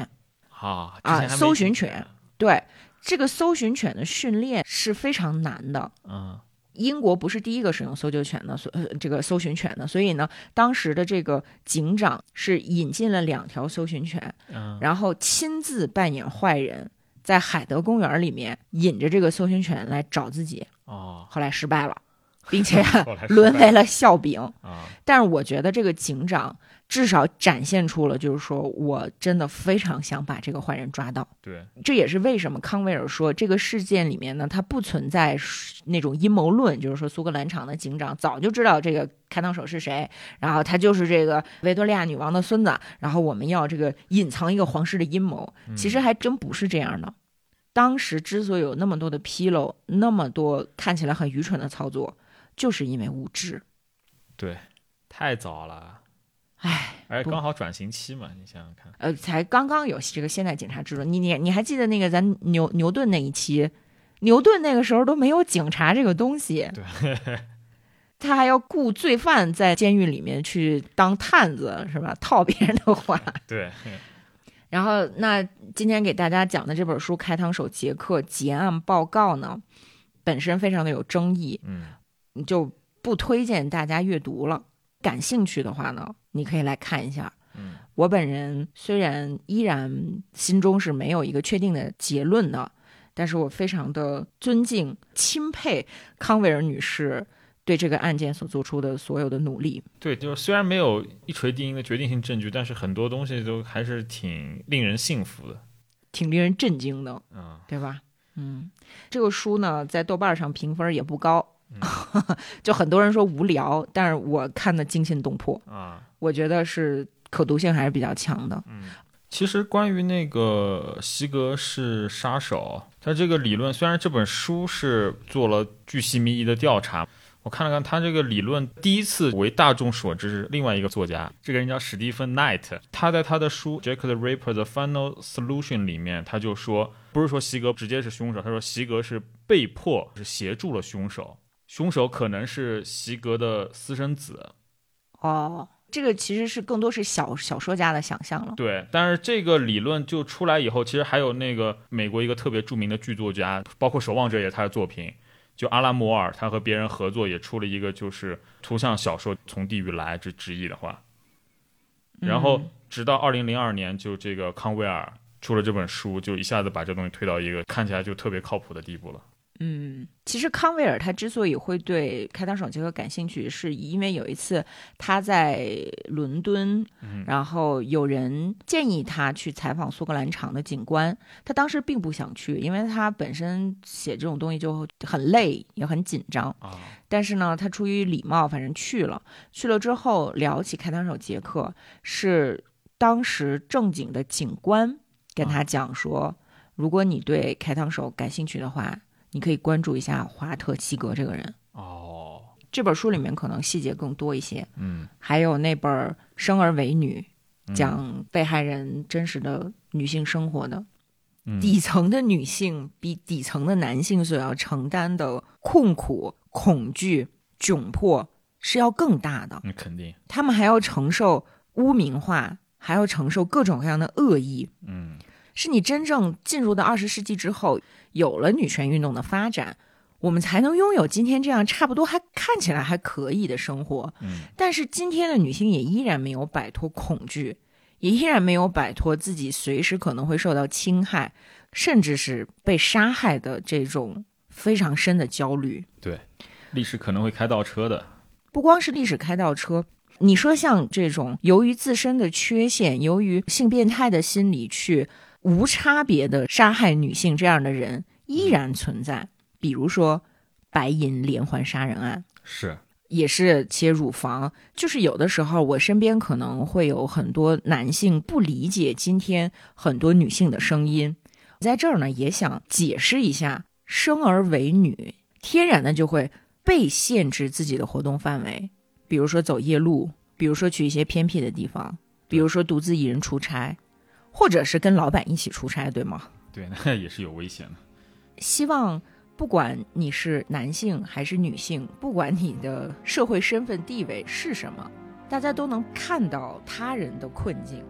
啊啊搜寻犬，对这个搜寻犬的训练是非常难的。嗯英国不是第一个使用搜救犬的，所呃这个搜寻犬的，所以呢，当时的这个警长是引进了两条搜寻犬，嗯然后亲自扮演坏人，在海德公园里面引着这个搜寻犬来找自己，哦，后来失败了，并 且 后哎来失败沦为了笑柄。啊但是我觉得这个警长至少展现出了，就是说我真的非常想把这个坏人抓到。对这也是为什么康威尔说这个事件里面呢，它不存在那种阴谋论，就是说苏格兰场的警长早就知道这个开膛手是谁，然后他就是这个维多利亚女王的孙子，然后我们要这个隐藏一个皇室的阴谋，嗯其实还真不是这样的。当时之所以有那么多的纰漏，那么多看起来很愚蠢的操作，就是因为无知。对，太早了，唉，而且不刚好转型期嘛，你想想 看，呃，才刚刚有这个现代警察制度。你你你还记得那个咱牛牛顿那一期，牛顿那个时候都没有警察这个东西，对，他还要雇罪犯在监狱里面去当探子，是吧？套别人的话。对，然后，那今天给大家讲的这本书《开膛手杰克结案报告》呢，本身非常的有争议， 嗯就不推荐大家阅读了。感兴趣的话呢，你可以来看一下。嗯我本人虽然依然心中是没有一个确定的结论的，但是我非常的尊敬、钦佩康维尔女士对这个案件所做出的所有的努力。对，就是虽然没有一锤定音的决定性证据，但是很多东西都还是挺令人信服的，挺令人震惊的，嗯对吧？嗯，这个书呢，在豆瓣上评分也不高，嗯 就很多人说无聊，但是我看的惊心动魄，啊我觉得是可读性还是比较强的。嗯。其实关于那个西格式杀手，他这个理论虽然这本书是做了巨细靡遗的调查，我看了看他这个理论，第一次为大众所知是另外一个作家，这个人叫史蒂芬奈特，他在他的书《Jack the Ripper: The Final Solution》里面，他就说，不是说席格直接是凶手，他说席格是被迫是协助了凶手，凶手可能是席格的私生子，哦，这个其实是更多是小小说家的想 象了。对，但是这个理论就出来以后，其实还有那个美国一个特别著名的剧作家，包括《守望者》也是他的作品，就阿拉摩尔，他和别人合作也出了一个就是图像小说《从地狱来》这直译的话，然后直到二零零二年，就这个康威尔出了这本书，就一下子把这东西推到一个看起来就特别靠谱的地步了。嗯，其实康威尔他之所以会对开膛手杰克感兴趣，是因为有一次他在伦敦，然后有人建议他去采访苏格兰场的警官，他当时并不想去，因为他本身写这种东西就很累，也很紧张。啊，但是呢，他出于礼貌，反正去了。去了之后，聊起开膛手杰克，是当时正经的警官跟他讲说，如果你对开膛手感兴趣的话，你可以关注一下华特西格这个人。哦，这本书里面可能细节更多一些，嗯，还有那本《生而为女》，嗯讲被害人真实的女性生活的。嗯底层的女性比底层的男性所要承担的痛苦、恐惧、窘迫是要更大的。那肯定，他们还要承受污名化，还要承受各种各样的恶意。嗯是你真正进入到二十世纪之后，有了女权运动的发展，我们才能拥有今天这样差不多还看起来还可以的生活。嗯但是今天的女性也依然没有摆脱恐惧，也依然没有摆脱自己随时可能会受到侵害，甚至是被杀害的这种非常深的焦虑。历史可能会开倒车的，不光是历史开倒车，你说像这种由于自身的缺陷，由于性变态的心理去无差别的杀害女性这样的人依然存在，比如说白银连环杀人案。是，也是切乳房。就是有的时候，我身边可能会有很多男性不理解今天很多女性的声音，在这儿呢也想解释一下，生而为女，天然的就会被限制自己的活动范围，比如说走夜路，比如说去一些偏僻的地方，比如说独自一人出差，或者是跟老板一起出差，对吗？对，那也是有危险的。希望不管你是男性还是女性，不管你的社会身份地位是什么，大家都能看到他人的困境，